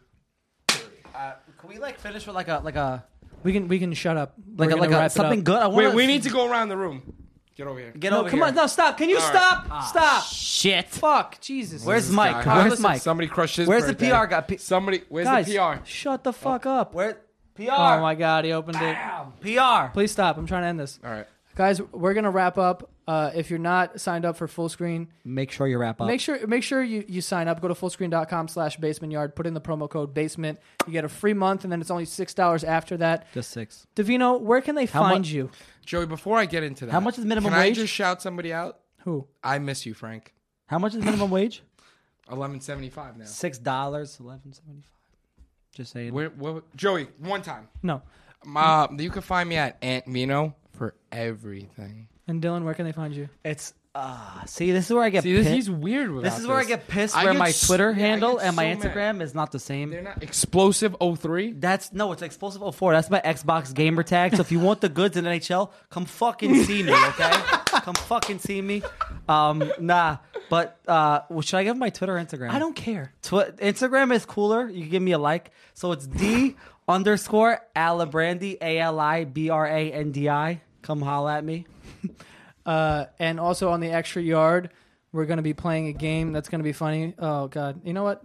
Speaker 2: Uh, can we like finish with like a like a
Speaker 1: We can we can shut up. We're
Speaker 2: like a,
Speaker 1: gonna
Speaker 2: like
Speaker 1: wrap
Speaker 2: a,
Speaker 1: it
Speaker 2: something
Speaker 1: up.
Speaker 2: good? I want
Speaker 3: Wait, we need to go around the room. Get over here.
Speaker 2: Get
Speaker 1: no,
Speaker 2: over
Speaker 1: come
Speaker 2: here.
Speaker 1: on, no, stop. Can you
Speaker 3: All right. Ah,
Speaker 1: stop? Stop.
Speaker 2: Shit.
Speaker 1: Fuck, Jesus.
Speaker 2: Where's
Speaker 1: Jesus.
Speaker 2: Mike?
Speaker 1: Where's
Speaker 3: Guy.
Speaker 2: Where's
Speaker 1: listen,
Speaker 2: Mike?
Speaker 3: Somebody crushed his
Speaker 2: Where's the
Speaker 3: birthday.
Speaker 2: PR guy? P-
Speaker 3: Somebody. Where's
Speaker 1: guys?
Speaker 3: the PR?
Speaker 1: Shut the fuck up.
Speaker 2: Where PR?
Speaker 1: Oh my god, he opened it.
Speaker 2: PR.
Speaker 1: Please stop. I'm trying to end this.
Speaker 3: All right.
Speaker 1: Guys, we're gonna wrap up. Uh, if you're not signed up for full screen,
Speaker 2: Make sure you wrap up.
Speaker 1: make sure make sure you, you sign up. Go to fullscreen.com slash basement yard, put in the promo code basement. You get a free month and then it's only six dollars after that.
Speaker 2: Just six.
Speaker 1: Davino, where can they
Speaker 2: mu-
Speaker 1: find you?
Speaker 3: Joey, before I get into that,
Speaker 2: How much is minimum
Speaker 3: can
Speaker 2: wage?
Speaker 3: I just shout somebody out?
Speaker 1: Who?
Speaker 3: I miss you, Frank.
Speaker 2: How much is minimum wage?
Speaker 3: Eleven seventy five now.
Speaker 2: Six dollars, eleven seventy five. Just saying.
Speaker 3: Where, where, Joey, one time.
Speaker 1: No.
Speaker 3: Ma, you can find me at Aunt Mino for everything.
Speaker 1: And Dylan, where can they find you?
Speaker 2: It's ah. see, this is where I get.
Speaker 3: See, this,
Speaker 2: pissed.
Speaker 3: he's weird with
Speaker 2: This is where I get pissed. Where my Twitter handle and my Instagram is not the same.
Speaker 3: They're not explosive 03.
Speaker 2: That's no, it's explosive 04. That's my Xbox gamer tag. So if you want the goods in NHL, come fucking see me,
Speaker 1: <laughs>
Speaker 2: okay? come fucking see me. Um, nah, but uh, well, should I give my Twitter or Instagram?
Speaker 1: I don't care.
Speaker 2: Twi- Instagram is cooler. You can give me a like. So it's D underscore Alibrandi A L I B R A N D I. Come holla at me.
Speaker 1: Uh, and also on the extra yard, we're going to be playing a game that's going to be funny. Oh God, you know what?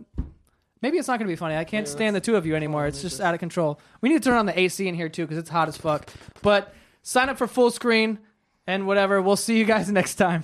Speaker 1: Maybe it's not going to be funny. I can't stand the two of you anymore. It's just out of control. We need to turn on the AC in here too because it's hot as fuck. But sign up for full screen and whatever. We'll see you guys <laughs> next time.